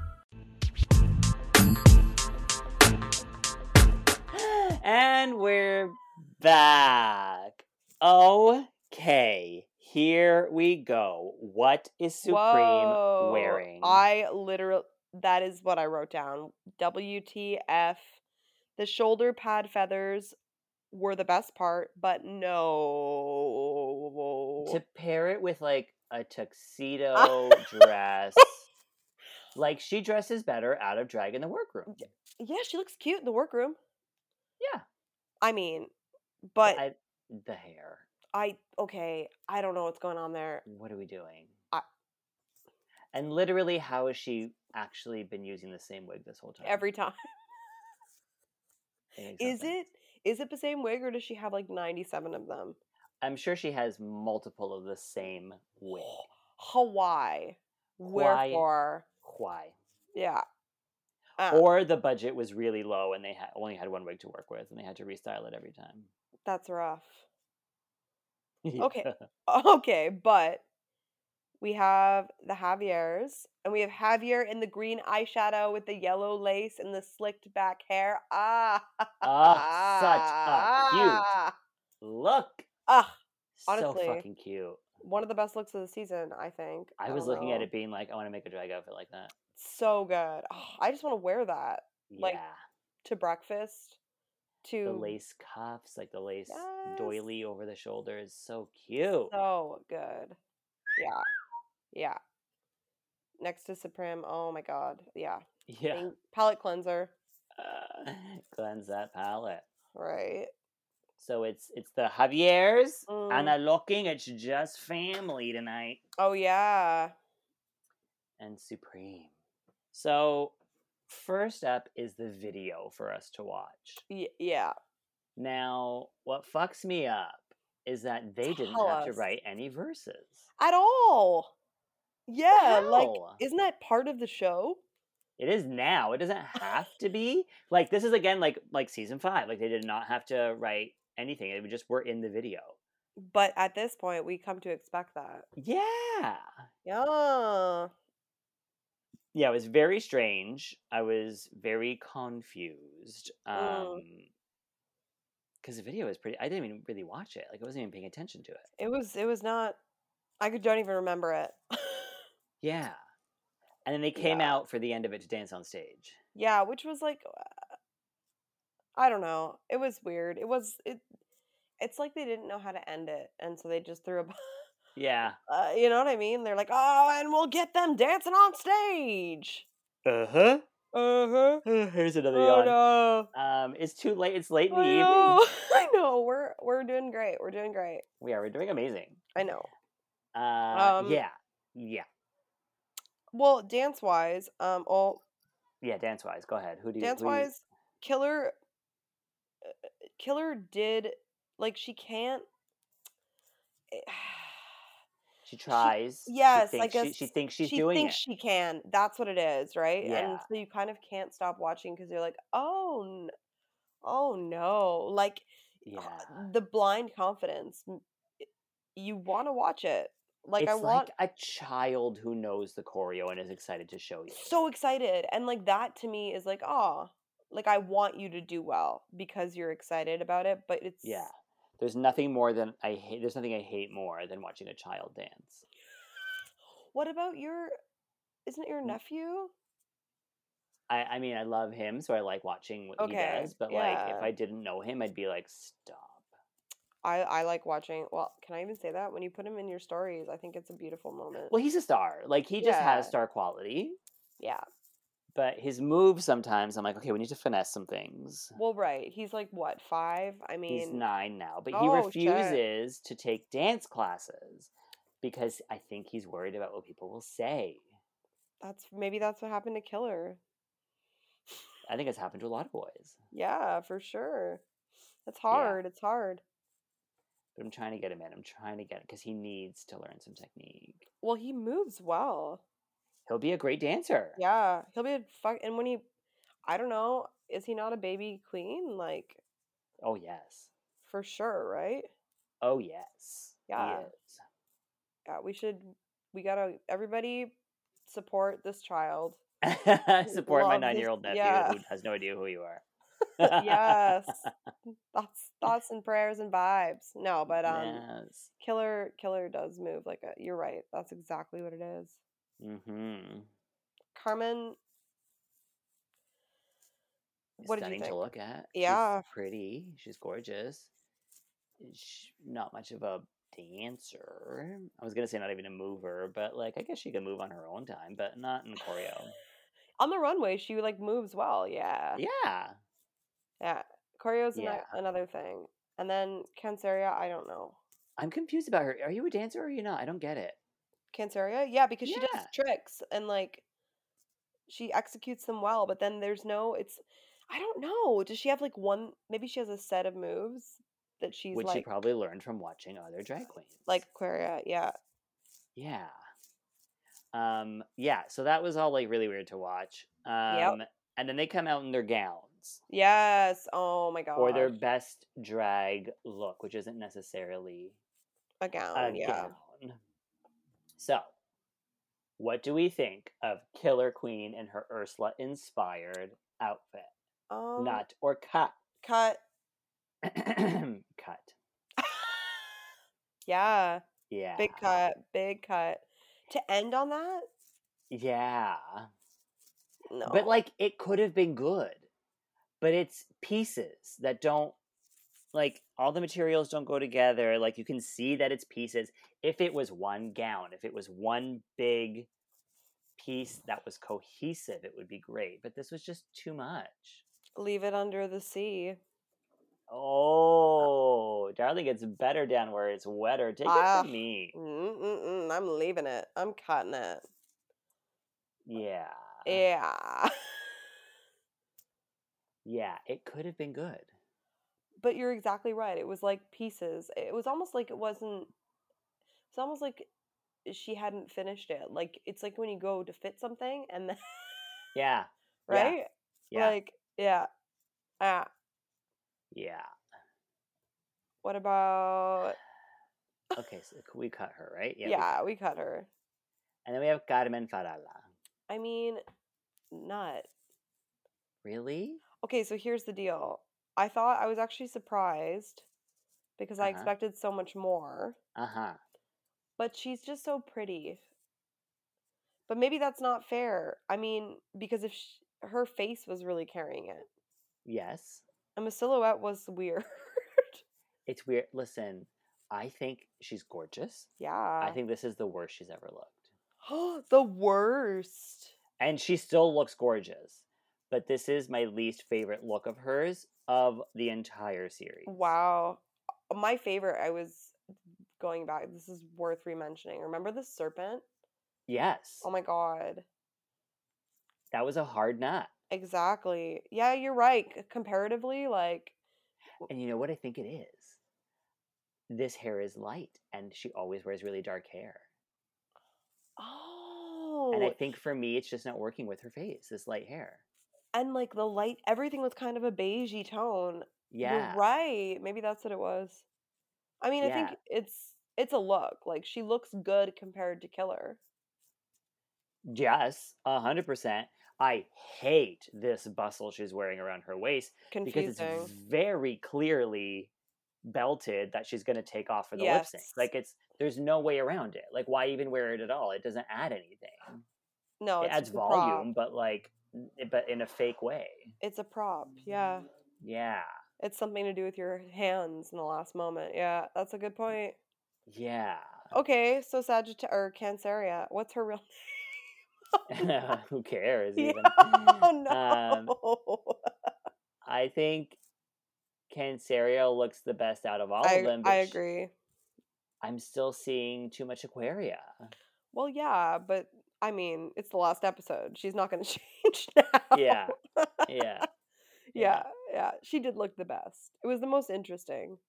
And we're back. Okay, here we go. What is Supreme Whoa. wearing? I literally, that is what I wrote down. WTF. The shoulder pad feathers were the best part, but no. to pair it with like a [LAUGHS] tuxedo dress. Like she dresses better out of drag in the workroom. Yeah, she looks cute in the workroom. Yeah. I mean, but I, I, the hair. okay, I don't know what's going on there. What are we doing? I- and literally, how has she actually been using the same wig this whole time? Every [LAUGHS] time. It makes no Is sense. it is it the same wig or does she have like 97 of them? I'm sure she has multiple of the Oh, same wig. Hawaii. Why? Wherefore? Why? Yeah. Uh, Or the budget was really low and they ha- only had one wig to work with and they had to restyle it every time. [LAUGHS] that's rough. [LAUGHS] Okay. Yeah. Okay, but we have the Javier's and we have Javier in the green eyeshadow with the yellow lace and the slicked back hair. [LAUGHS] Ah. Ah, such a cute [LAUGHS] [LAUGHS] Look. Ah, So Honestly. fucking cute. one of the best looks of the season, I think. I don't was looking at know. it being like, I want to make a drag outfit like that. So good. Ah, I just want to wear that Yeah. Like, to breakfast. To the lace cuffs, like the lace Yes. doily over the shoulder is so cute. So good. Yeah. Yeah. Next to Supreme. Oh my god. Yeah. [LAUGHS] yeah. Thank- Palette cleanser. Uh, [LAUGHS] cleanse that palette. Right. So it's it's the Javier's Mm. Anna looking. It's just family tonight Oh yeah. and Supreme. So first up is the video for us to watch. Y- yeah. Now, what fucks me up is that they didn't Tell have to us. write any verses. At all. Yeah. Like, hell? isn't that part of the show? It is now. It doesn't have [LAUGHS] to be. Like this is again like like season 5. Like they did not have to write anything. It just were in the video. But at this point, we come to expect that. Yeah. Yeah. yeah, it was very strange. I was very confused. Mm. Um because the video was pretty I didn't even really watch it. Like I wasn't even paying attention to it. It was. It was not. I could, don't even remember it. [LAUGHS] Yeah. And then they came Yeah. out for the end of it to dance on stage. yeah, which was like, uh, I don't know. It was weird. It was. It. It's like they didn't know how to end it, and so they just threw a. bu- [LAUGHS] Yeah. Uh, you know what I mean? They're like, oh, and we'll get them dancing on stage. Uh-huh. Uh huh. Here's another Oh yawn. no. Um it's too late. It's late in the I evening. [LAUGHS] know. [LAUGHS] I know. We're we're doing great. We're doing great. We are we're doing amazing. I know. Uh Um, yeah. Yeah. Well, dance wise, um, oh, Yeah, dance wise. Go ahead. Who do you dance who do you- wise, Killer, uh, Killer did like she can't. eh, [SIGHS] she tries. she yes, I thinks guess she, she thinks she's she doing thinks it. she can. That's what it is, right? And Yeah. so you kind of can't stop watching because you're like, oh, n- oh no, like uh, yeah. the blind confidence. m- i- You want to watch it, like it's I want. like a child who knows the choreo and is excited to show you. so excited and like that to me is like oh like i want you to do well because you're excited about it but it's yeah, there's nothing more than I hate. There's nothing I hate more than watching a child dance. what about your isn't it Mm. your nephew I, I mean, I love him, so I like watching what Okay, he does. But like, yeah. if I didn't know him, I'd be like, stop. i i like watching well can i even say that when you put him in your stories i think it's a beautiful moment Well, he's a star. Like he just Yeah. has star quality. yeah But his moves sometimes, I'm like, okay, we need to finesse some things. well right he's like what five i mean He's nine now, but Oh, he shit. refuses to take dance classes because I think he's worried about what people will say. that's maybe that's what happened to killer I think it's happened to a lot of boys. Yeah, for sure. It's hard. It's hard. But I'm trying to get him in. I'm trying to get him because he needs to learn some technique. Well, he moves well. He'll be a great dancer. Yeah, he'll be a fuck. And when he, I don't know, is he not a baby queen? Like Oh yes. for sure, right? Oh yes. He Yeah. is. Yeah, we should. We gotta. Everybody support this child. [LAUGHS] Support my Love his- nine-year-old nephew yeah. who has no idea who you are. [LAUGHS] yes, thoughts, thoughts, and prayers and vibes. No, but um, Yes. killer, killer does move like a. You're right. That's exactly what it is. Mm-hmm. Carmen. What did you Stunning think? to look at. Yeah. She's pretty. She's gorgeous. Sh not much of a dancer. I was gonna say not even a mover, but like I guess she can move on her own time, but not in choreo. On the runway, she like moves well. Yeah. yeah. Yeah. Choreo's ano- Yeah. another thing. And then Canceria, I don't know. I'm confused about her. Are you a dancer or are you not? I don't get it. Canceria? Yeah, because she does Yeah. tricks and like she executes them well, but then there's no it's I don't know. Does she have like one maybe she has a set of moves that she's Which she like probably learned from watching other drag queens. like Claria, yeah. Yeah. Um, yeah, so that was all like really weird to watch. Um and then they come out in their gowns Yes. Oh my god. or their best drag look, which isn't necessarily a a gown, Oh, yeah. gown. So what do we think of Killer Queen and her Ursula inspired outfit? Um, Not or cut. [CLEARS THROAT] cut. cut. Yeah. Yeah. Big cut. Big cut. To end on that? Yeah. No. But like it could have been good. But it's pieces that don't like all the materials don't go together. Like you can see that it's pieces. If it was one gown, if it was one big piece that was cohesive, it would be great. But this was just too much. leave it under the sea. Oh, darling, it's better down where it's wetter. Take it Ah. from me. Mm-mm-mm, I'm leaving it. I'm cutting it. Oh. Yeah. Yeah. [LAUGHS] Yeah, it could have been good. But you're exactly right. It was like pieces. It was almost like it wasn't. It's almost like she hadn't finished it. Like it's like when you go to fit something and then [LAUGHS] Yeah. Yeah, right, Yeah. like yeah, ah. yeah. [SIGHS] What about? Okay, so c- we cut her, right? Yeah, we cut we cut her. And then we have Carmen Farala. I mean, nut. Really? Okay, so here's the deal. I thought I was actually surprised because I Uh-huh. expected so much more. Uh huh. but she's just so pretty. But maybe that's not fair. I mean, because if sh her face was really carrying it, Yes. and the silhouette was weird. [LAUGHS] It's weird. Listen, I think she's gorgeous. yeah, I think this is the worst she's ever looked. [GASPS] the worst. And she still looks gorgeous. But this is my least favorite look of hers of the entire series. Wow, Uh, my favorite. I was going back. This is worth rementioning. Remember the serpent? Yes. Oh my god. That was a hard knot. Exactly. Yeah, you're right. c- Comparatively, like, And you know what I think it is? This hair is light, and she always wears really dark hair. oh, And I think for me, it's just not working with her face, this light hair. and like the light, everything was kind of a beigey tone. Yeah. You're right. Maybe that's what it was. I mean, I Yeah. think it's it's a look. Like she looks good compared to Killer. Yes, a hundred percent. I hate this bustle she's wearing around her waist because Confusing. it's very clearly belted that she's going to take off for the lip sync. Yes. Like it's there's no way around it. Like why even wear it at all? It doesn't add anything. it no, Oh, it's adds just a prop. volume, but like n- eh, but in a fake way. It's a prop. Yeah. Mm-hmm. Yeah. It's something to do with your hands in the last moment. Yeah, that's a Mm. good point. Yeah. [LAUGHS] [LAUGHS] Okay, so Sagittarius or Canceria, what's her real [LAUGHS] Who cares Yeah, [LAUGHS] even? Oh Um, no. I think Cancerio looks the best out of all I, of them. I sh- agree. I'm still seeing too much Aquaria. Well, yeah, but I mean, it's the last episode. She's not going to [LAUGHS] change now. Yeah. [LAUGHS] yeah. yeah, yeah. She did look the best. It was the most interesting.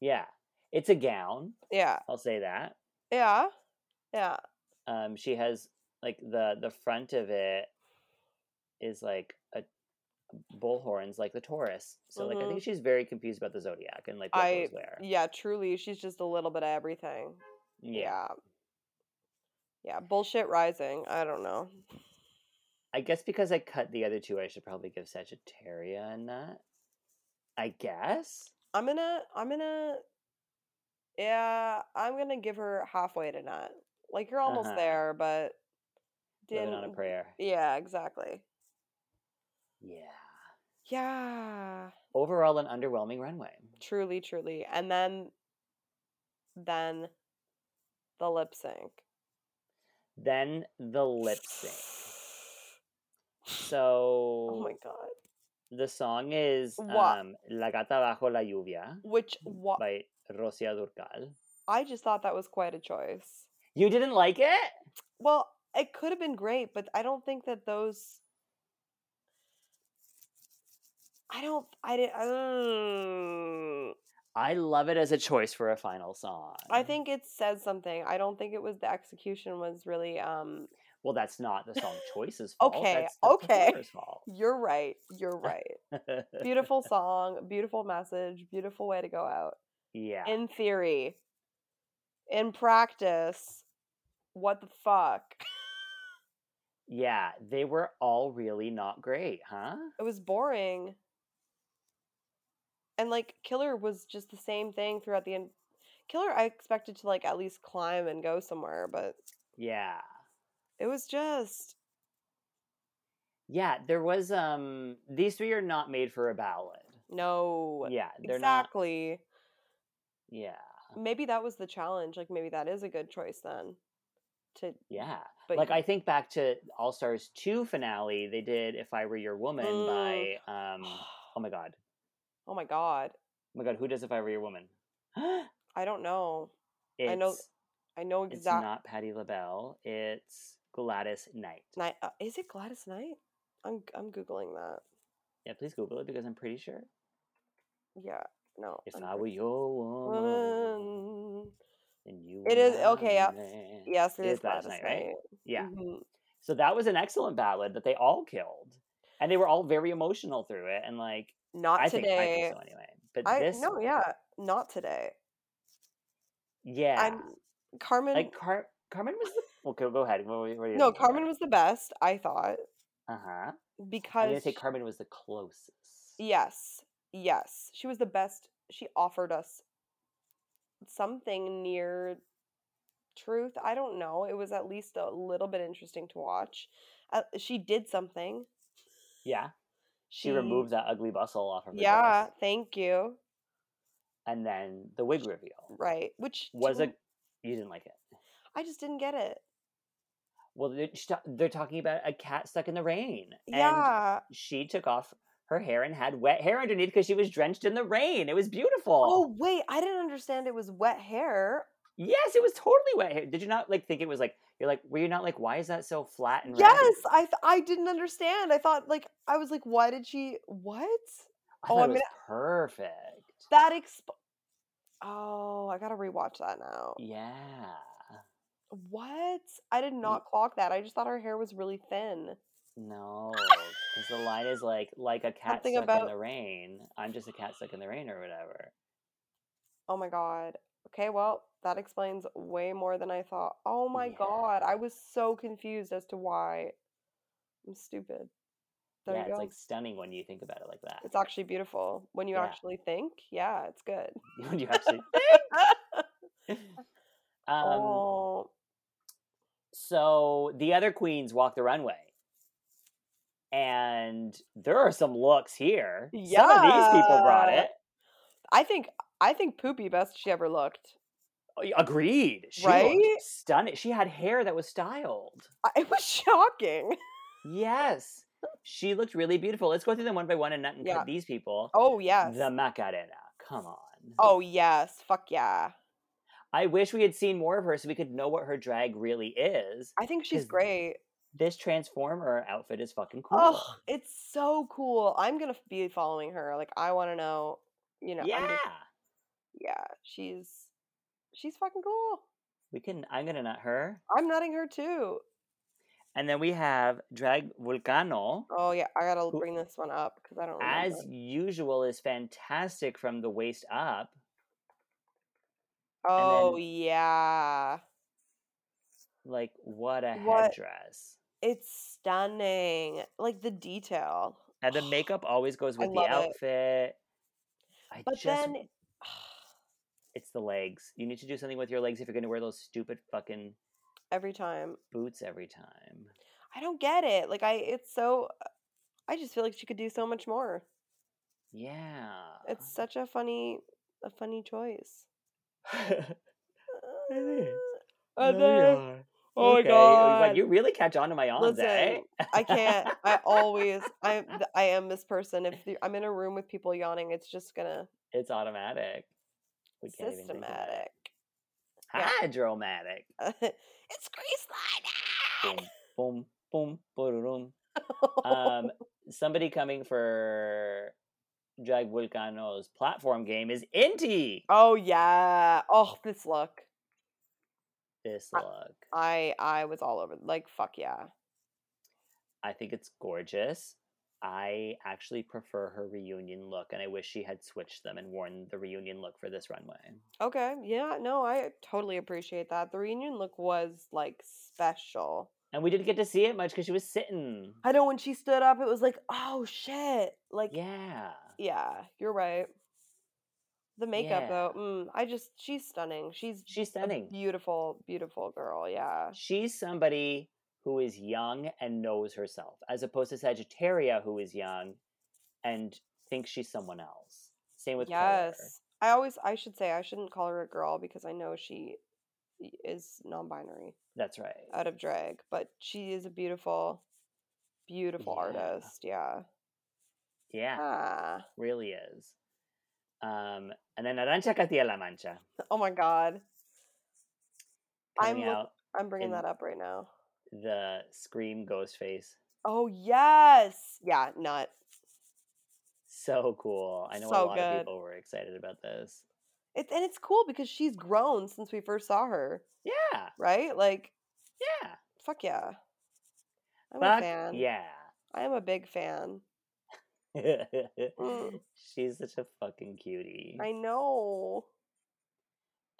Yeah. It's a gown. Yeah, I'll say that. yeah, yeah. Um, she has like the the front of it is like a bullhorns, like the Taurus. So like I think she's very confused about the zodiac and like what Mm-hmm. I- goes where. Yeah, truly, she's just a little bit of everything. yeah. Yeah. Yeah, bullshit rising. I don't know. I guess because I cut the other two, I should probably give Sagittaria a nut. I guess. I'm gonna I'm gonna Yeah, I'm gonna give her halfway to nut. Like you're almost Uh-huh. there, but Living on a didn't- prayer. Yeah, exactly. Yeah. Yeah. Overall, an underwhelming runway. Truly, truly. And then then the lip sync. Then the lip sync. So Oh my god. the song is Wha- um, La Gata Bajo la Lluvia Which wha- by Rosia Durcal. I just thought that was quite a choice. You didn't like it? Well, it could have been great, but I don't think that those. I don't. I didn't. mm, I love it as a choice for a final song. I think it says something. I don't think it was the execution was really. Um, Well, that's not the song [LAUGHS] choice's fault. Okay, That's the okay. performer's fault. [LAUGHS] you're right. You're right. Beautiful song. Beautiful message. Beautiful way to go out. yeah. In theory. In practice, what the fuck? Yeah, they were all really not great, huh? it was boring and like killer was just the same thing throughout the end killer i expected to like at least climb and go somewhere but Yeah. it was just Yeah, there was um these three are not made for a ballad. no Yeah, they're not Uh-huh. exactly yeah. maybe that was the challenge like maybe that is a good choice then to Yeah. but like I [SIGHS] think back to All Stars 2 finale, they did If I Were Your Woman Mm. by [SIGHS] um oh my god. oh my god Oh my god, who does If I Were Your Woman? [GASPS] it's i don't know I know i know it's exactly not Patti LaBelle, it's Gladys Knight. Knight, uh, is it gladys knight i'm i'm googling that Yeah, please Google it because I'm pretty sure. yeah no If I'm I were pretty- your woman, Mm, and you It is- were my okay, yeah. man. yes It it is is Gladys gladys knight, Knight, right? Yeah. Mhm. So that was an excellent ballad that they all killed. And they were all very emotional through it. And like Not I think, I today. think so anyway. But I this no, yeah, not today. yeah. I'm Carmen. like Car- Carmen was the okay, go ahead. What, were- what no, Carmen was the best. I thought uh huh. I'm gonna because say sh- Carmen was the closest. yes, yes, she was the best. She offered us something near truth. I don't know. It was at least a little bit interesting to watch. Uh, she did something. Yeah. She, removed that ugly bustle off of her Yeah, dress, thank you. and then the wig reveal Right, which was a didn't- you didn't like it. I just didn't get it. Well, they're, they're talking about a cat stuck in the rain, and yeah. she took off her hair and had wet hair underneath because she was drenched in the rain. It was beautiful. [LAUGHS] Oh wait, I didn't understand it was wet hair. Yes, it was totally wet hair. Did you not like think it was like you're like were you not like why is that so flat and round?" Yes, I th- I didn't understand. I thought like I was like, why did she? What? I oh, thought I'm it was perfect. That exp. Oh, I gotta rewatch that now. Yeah. What? I did not clock that. I just thought her hair was really thin. No, because the line is like like a cat Something stuck in about- the rain. I'm just a cat stuck in the rain or whatever. Oh my god. Okay, well that explains way more than I thought. Oh my Yeah. god, I was so confused as to why. I'm stupid. There yeah, you go. it's like stunning when you think about it like that. it's actually beautiful when you Yeah. actually think. Yeah, it's good. [LAUGHS] when you [LAUGHS] actually [LAUGHS] think. um, oh, So the other queens walk the runway. And there are some looks here. Some of these people brought Yeah. it. I think I think poopy best she ever looked. [LAUGHS] Oh, y- Agreed. She Right? looked stunning. She had hair that was styled. I- It was shocking. Yes. She looked really beautiful. Let's go through them one by one and not Yeah. cut these people. Oh yes. The Macarena. Come on. oh yes. Fuck yeah. I wish we had seen more of her so we could know what her drag really is. I think she's Is- great. this transformer outfit is fucking cool. Oh, it's so cool. I'm gonna f- be following her. Like, I want to know. You know. I'm yeah. just- yeah. She's she's fucking cool. We can I'm gonna nut her. I'm nutting her too. And then we have Drag Vulcano. Oh yeah, I gotta Who- bring this one up because I don't remember. as usual is fantastic from the waist up. oh yeah, Like what a What- headdress. it's stunning. Like the detail. And [SIGHS] the makeup always goes I with the love it. outfit. I But just then, it's the legs. You need to do something with your legs if you're gonna wear those stupid fucking every time boots every time. I don't get it. Like I, it's so. uh, I just feel like she could do so much more. Yeah. It's [LAUGHS] Ah. such a funny, a funny choice. is. Uh, and No, then, yeah. oh my Okay, god, Like, you really catch on to my yawns, eh? Listen, [LAUGHS] I can't. I always, I, th- I am this person. If the, I'm in a room with people yawning, it's just gonna It's automatic. We can't even think about it. systematic. yeah. Hydromatic. [LAUGHS] it's Uh Grace Line. Boom, boom, boom, boom. Um, somebody coming for Drag Vulcano's platform game is Inti. [LAUGHS] oh yeah. Oh, this look. This I- look, I, I was all over. Like fuck yeah. I think it's gorgeous. I actually prefer her reunion look, and I wish she had switched them and worn the reunion look for this runway. Okay. Yeah. No, I totally appreciate that. The reunion look was like special. And we didn't get to see it much because she was sitting. I know when she stood up, it was like, oh shit. Like, yeah, Yeah. you're right. The makeup Yeah. though, mm, I just she's stunning. She's She's a stunning. beautiful, beautiful girl. Yeah. she's somebody who is young and knows herself, as opposed to Sagittaria, who is young and thinks she's someone else. Same with Keller. yes. I always I should say I shouldn't call her a girl because I know she i- is non-binary That's right. out of drag, but she is a beautiful, beautiful Yeah. artist. Yeah. yeah, Ah. really is. Um, and then Arancha Castilla La Mancha Oh my god. I'm coming look- out I'm bringing in- that up right now. the scream ghost face. Oh yes, yeah, nut. So cool. I know a So lot good. of people were excited about this. It's and it's cool because she's grown since we first saw her, Yeah, right? Like, yeah. fuck yeah, I'm a Fuck fan. I am a big fan. yeah. Mm. [LAUGHS] she's such a fucking cutie. I know.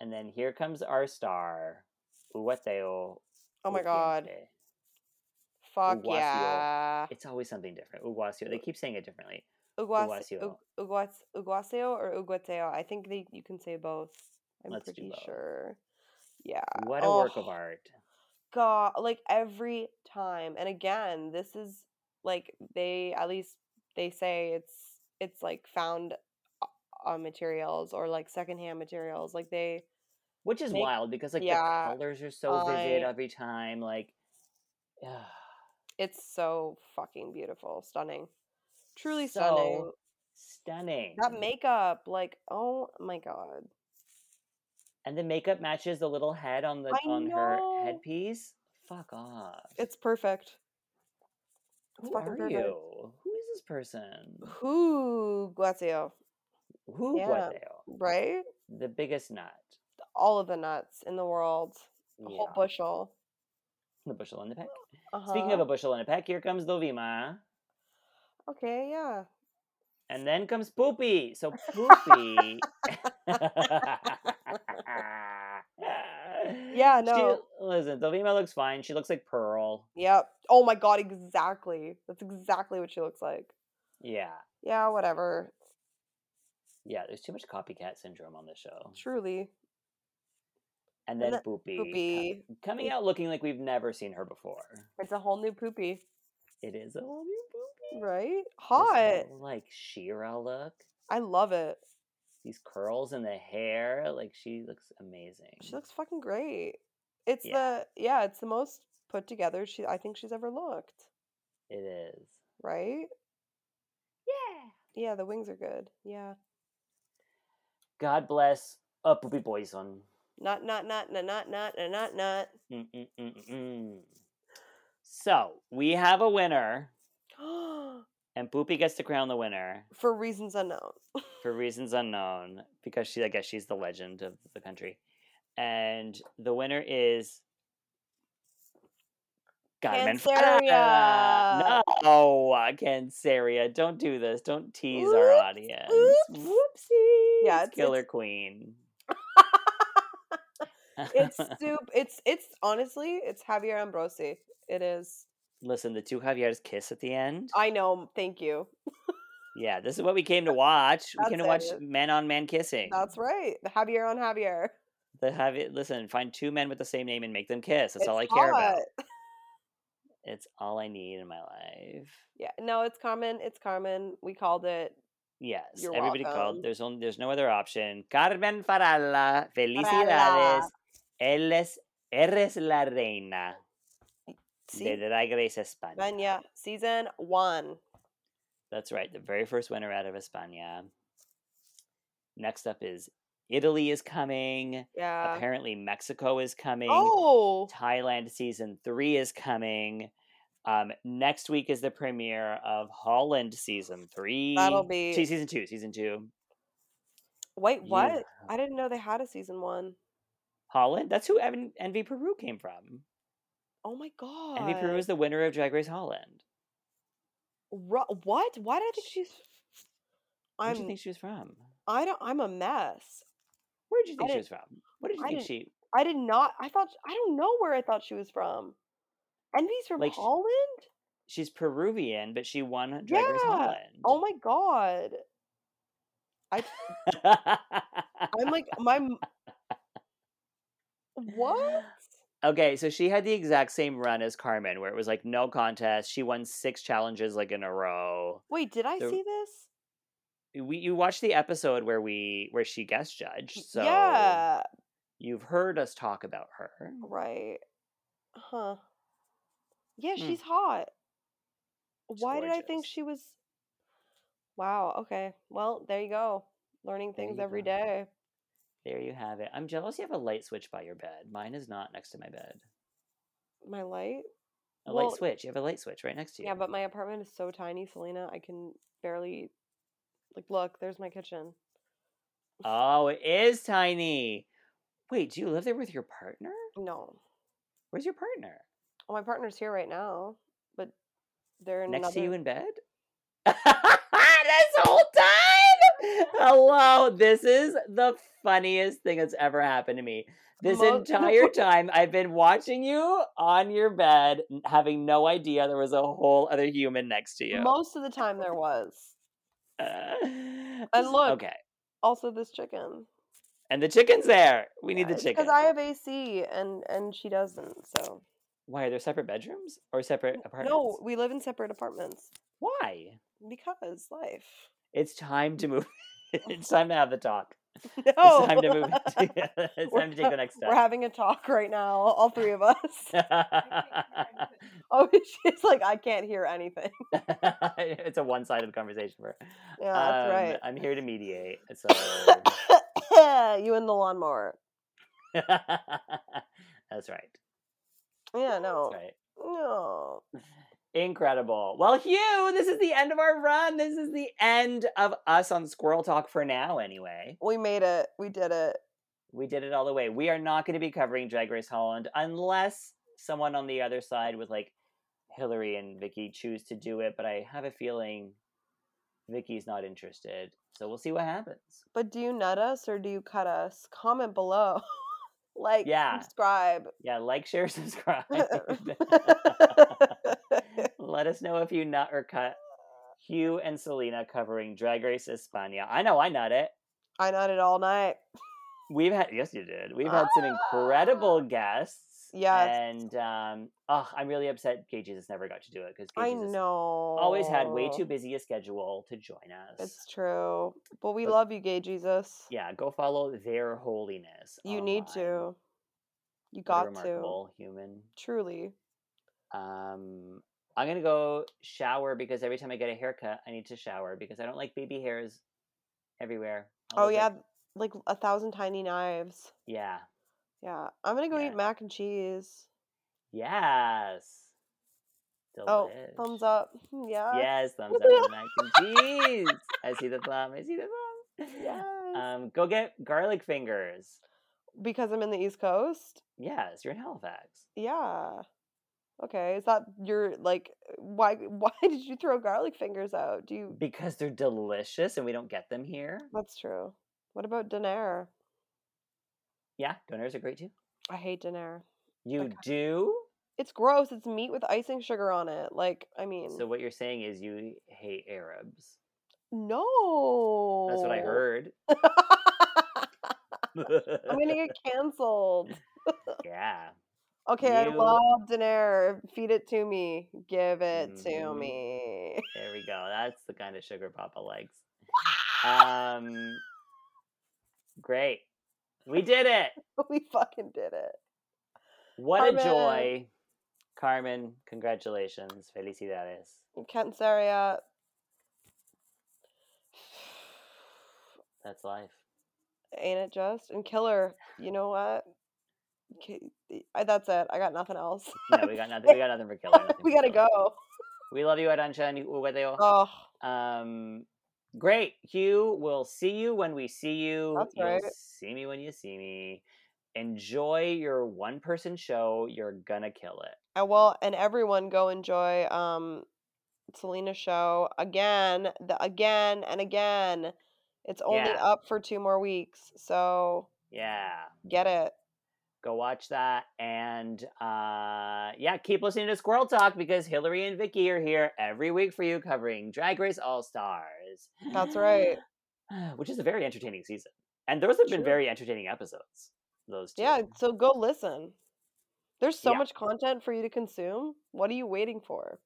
And then here comes our star, Uwateo. Oh my god, Ukiante. fuck Uguasio. yeah. It's always something different. Uwasio. They keep saying it differently. Uguas- Ug- Uguasio. Uguas- Uguasio or Uguateo? I think they you can say both. I'm Let's do pretty both. sure. Yeah. What a work of Oh. art. god like every time and again this is like they at least they say it's it's like found uh, uh, materials or like secondhand materials like they Which is Make- wild because like yeah, the colors are so vivid I- every time. Like yeah. it's so fucking beautiful stunning truly So stunning stunning. that makeup like oh my god and the makeup matches the little head on the I on her know. headpiece. Fuck off. it's perfect it's Who fucking are perfect. you? Who is this person? who Guazio, Who Yeah. Uwateo? right The biggest nut. all of the nuts in the world a whole Yeah. bushel The bushel in the peck. uh-huh. Speaking of a bushel and a peck, here comes Dovima. okay yeah And then comes Poopy. So [LAUGHS] Poopy. [LAUGHS] yeah, no. listen, Dovima looks fine. She looks like Pearl. Yep. Oh my god, exactly. That's exactly what she looks like. Yeah. Yeah, whatever. Yeah, there's too much copycat syndrome on the show. Truly. And And then the- Poopy. co- Poopy. Coming out looking like we've never seen her before. It's a whole new poopy, It is a whole new Poopy. right? This Hot. whole, like Shira look. I love it. These curls in the hair. Like she looks amazing. She looks fucking great. It's Mm-hmm. Yeah. the yeah, it's the most put together she I think she's ever looked, It is. right? Yeah. Yeah, the wings are good. Yeah. God bless a Poopy Boyson. Not [GASPS] not not not not not not not not. Mm, mm, mm, mm, mm. So we have a winner, for and Poopy gets to crown the winner reasons unknown. [LAUGHS] for reasons unknown because she, I guess, she's the legend of the country. And the winner is Carmen Farah. Canceria. No, uh, Canceria, don't do this. Don't tease our Oops, audience. oops. Whoopsie. Yeah, it's- Killer it's- Queen. [LAUGHS] [LAUGHS] It's soup. It's it's honestly, it's Javier Ambrosi. It is. Listen, the two Javier's kiss at the end. I know. mm, Thank you. Yeah, this is what we came to watch. We Oh, That's came to watch it. man on man kissing. That's right. The Javier on Javier. The have it, listen, find two men with the same name and make them kiss. That's It's all I care about. hot. It's all I need in my life. Yeah. No, it's Carmen. It's Carmen. We called it. Yes, You're everybody welcome. called. There's only there's no other option. Carmen Farala, felicidades. Farala. Eres, eres la reina de See, Drag Race España. Venya, season one. That's right, the very first winner out of España. Next up is Italy is coming. Yeah. Apparently Mexico is coming. Uh, Oh, Thailand season three is coming. Um, next week is the premiere of Holland season 3 that'll See, be. season two, season two. Wait, You- what? I didn't know they had a season one. Holland. That's who Evan Envy Peru came from. Oh my god. Envy Peru is the winner of Drag Race Holland. Ru- what? Why do I think she's? Where did you I'm. think she was from? I don't. I'm a mess. Where did you I think she didn't- was from? What did you I think didn't- she? I did not. I thought. I don't know where I thought she was from. Envy's from Like, sh- Holland. She's Peruvian, but she won Drag Race Yeah. Holland. Oh my god. I. I'm like my. m- [LAUGHS] What? [LAUGHS] okay, so she had the exact same run as Carmen, where it was like no contest. She won six challenges like in a row. Wait, did I The- see this? we you watched the episode where we where she guest judged, so Yeah. you've heard us talk about her. Right. Huh. Yeah, Hmm. she's hot. She's Why did I think gorgeous. she was? Wow. Okay. Well, there you go. Learning There things you every go. day. There you have it. I'm jealous you have a light switch by your bed. Mine is not next to my bed. My light. A Well, light switch. You have a light switch right next to you. Yeah, but my apartment is so tiny, Selena. I can barely. Like, look. There's my kitchen. Oh, it is tiny. Wait, do you live there with your partner? No. Where's your partner? Well, my partner's here right now, but they're in next another. to you in bed? [LAUGHS] this whole [LAUGHS] time? Hello, this is the funniest thing that's ever happened to me. This Mo- [LAUGHS] entire time, I've been watching you on your bed, n- having no idea there was a whole other human next to [LAUGHS] you. Most of the time, there was. Uh, And look. okay, Also, this chicken. and the chicken's there. We need the chicken. Because I have AC and and she doesn't. So Why are there separate bedrooms or separate apartments? no, we live in separate apartments Why? because life. [LAUGHS] [LAUGHS] It's time to move. [LAUGHS] it's time to have the talk. No, It's time [LAUGHS] to move. [LAUGHS] it's Oh. We're time to take the ha- next step. we're having a talk right now, all three of us. [LAUGHS] [LAUGHS] oh, [LAUGHS] she's like, I can't hear anything. [LAUGHS] [LAUGHS] it's a one-sided conversation for her. Yeah, that's Um, [LAUGHS] right. I'm here to mediate. So [LAUGHS] you and the lawnmower. that's right. Yeah, That's no, right. no. Incredible. Well, Hugh, this is the end of our run. This is the end of us on Squirrel Talk for now, anyway. We made it. We did it. We did it all the way. We are not going to be covering Drag Race Holland unless someone on the other side with like Hillary and Vicky choose to do it, but I have a feeling Vicky's not interested. So we'll see what happens. But do you nut us or do you cut us? Comment below. [LAUGHS] like, Yeah. subscribe. Yeah, like, share, [LAUGHS] [LAUGHS] subscribe. [LAUGHS] Let us know if you nut or cut Hugh and Selena covering Drag Race España. I know I nut it. I nutted all night. We've had yes, you did. We've had some incredible guests. Ah! Yes. and um, oh, I'm really upset. Gay Jesus never got to do it because I Jesus know. always had way too busy a schedule to join us. It's true. But we But- love you, gay Jesus. yeah, go follow their holiness. You online. need What to. You a got to. remarkable human. Truly. Um, I'm gonna go shower because every time I get a haircut, I need to shower because I don't like baby hairs everywhere. all Oh over- yeah, like a thousand tiny knives. yeah, Yeah. I'm gonna go Yeah. eat mac and cheese. yes. Oh, Delish. thumbs up. Hmm, Yeah. [LAUGHS] Yes, thumbs up for the mac and cheese. I see the thumb. I see the thumb. Yes. [LAUGHS] Um, go get garlic fingers. because I'm in the East Coast. Yes, you're in Halifax. Yeah. Okay. Is that your like? uh, Why? [LAUGHS] Why did you throw garlic fingers out? Do you? Because they're delicious and we don't get them here. That's true. What about Daenerys? Yeah, donors are great too. I hate Daenerys. You Okay. do? It's gross. It's meat with icing sugar on it. Like, I mean, So what you're saying is you hate Arabs. no. That's what I [LAUGHS] heard. [LAUGHS] I'm gonna get [LAUGHS] canceled. yeah. Okay, I You- love Daenerys. Feed it to me. Give it to Mhm. me. [LAUGHS] There we go. That's the kind of sugar Papa likes. Um, great. We did it. we fucking did it. What a Carmen. joy. Carmen, congratulations. Felicidades. [SIGHS] [SIGHS] Canceria. That's [LAUGHS] life. Ain't it just? [SIGHS] And Killer. You know what? K- I, that's it. I got nothing else. No, we got nothing. We got nothing for killing. [LAUGHS] we gotta go. We love you, Arancha and Uwedeo. Oh, Um, great, Hugh. We'll see you when we see you. That's You'll right. see me when you see me. Enjoy your one-person show. You're gonna kill it. I will. And everyone, go enjoy um, Selena's show again, the again and again. It's only Yeah. up for two more weeks, so Yeah. get it. Go watch that, and uh, yeah, keep listening to Squirrel Talk because Hillary and Vicky are here every week for you, covering Drag Race All Stars. That's right. [SIGHS] Which is a very entertaining season, and those have been True. very entertaining episodes. Those two. Yeah. So go listen. There's so Yeah. much content for you to consume. What are you waiting for?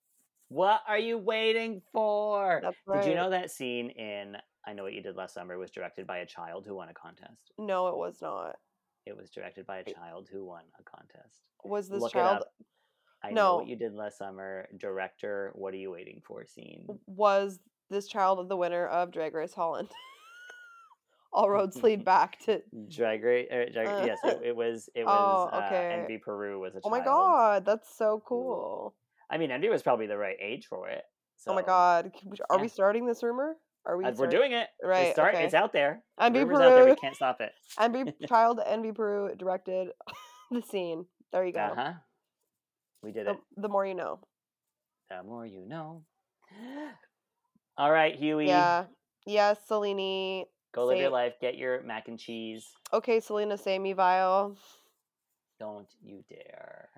What are you waiting for? That's Did you right. know that scene in I Know What You Did Last Summer was directed by a child who won a contest? No, it was not. It was directed by a child who won a contest. Was this Look it child up. I know what No. you did last summer, director. What are you waiting for? Scene. was this child the winner of Drag Race Holland? [LAUGHS] All [LAUGHS] roads lead back to. Drag Race. Er, drag, Uh, yes, [LAUGHS] it, it was. It oh, was. okay. Uh, Envy Peru was a child. Oh my god, that's so cool. I mean, Envy was probably the right age for it. So. oh my god, c- we- are yeah. we starting this rumor? Are we? Uh, We're start- doing [LAUGHS] it. Right, It's, start, okay. it's out there. Envy Rumors out there. We Peru. can't stop [LAUGHS] it. Envy Child Envy Peru directed [LAUGHS] the scene. There you go. Uh huh. We did it. The, the more you know. The more you know. [GASPS] All right, Huey. Yeah. Yes, Selene. Go live your say- life. Get your mac and cheese. Okay, Selena, say me vile. Don't you dare.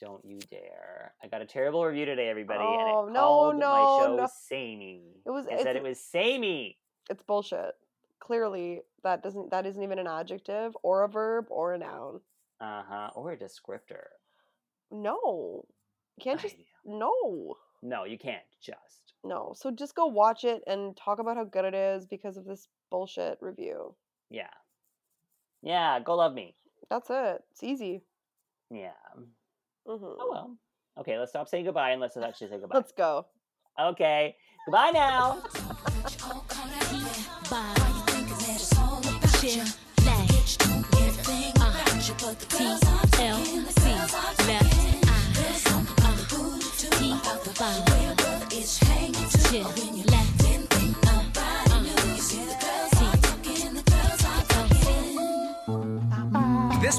Don't you dare. I got a terrible review today, everybody. and Oh, it no, called no, my show no. samey. It was- it said it's- it was samey. It's bullshit. Clearly, that doesn't that isn't even an adjective or a verb or a noun. Uh huh. Or a descriptor. [LAUGHS] No. You can't just I- no. No, you can't just. No. So just go watch it and talk about how good it is because of this bullshit review. Yeah. Yeah, go love me. That's it. It's easy. Yeah. hmm Oh, [LAUGHS] well. Okay, let's stop saying goodbye and let's actually say goodbye. Let's go. Okay. Goodbye now. This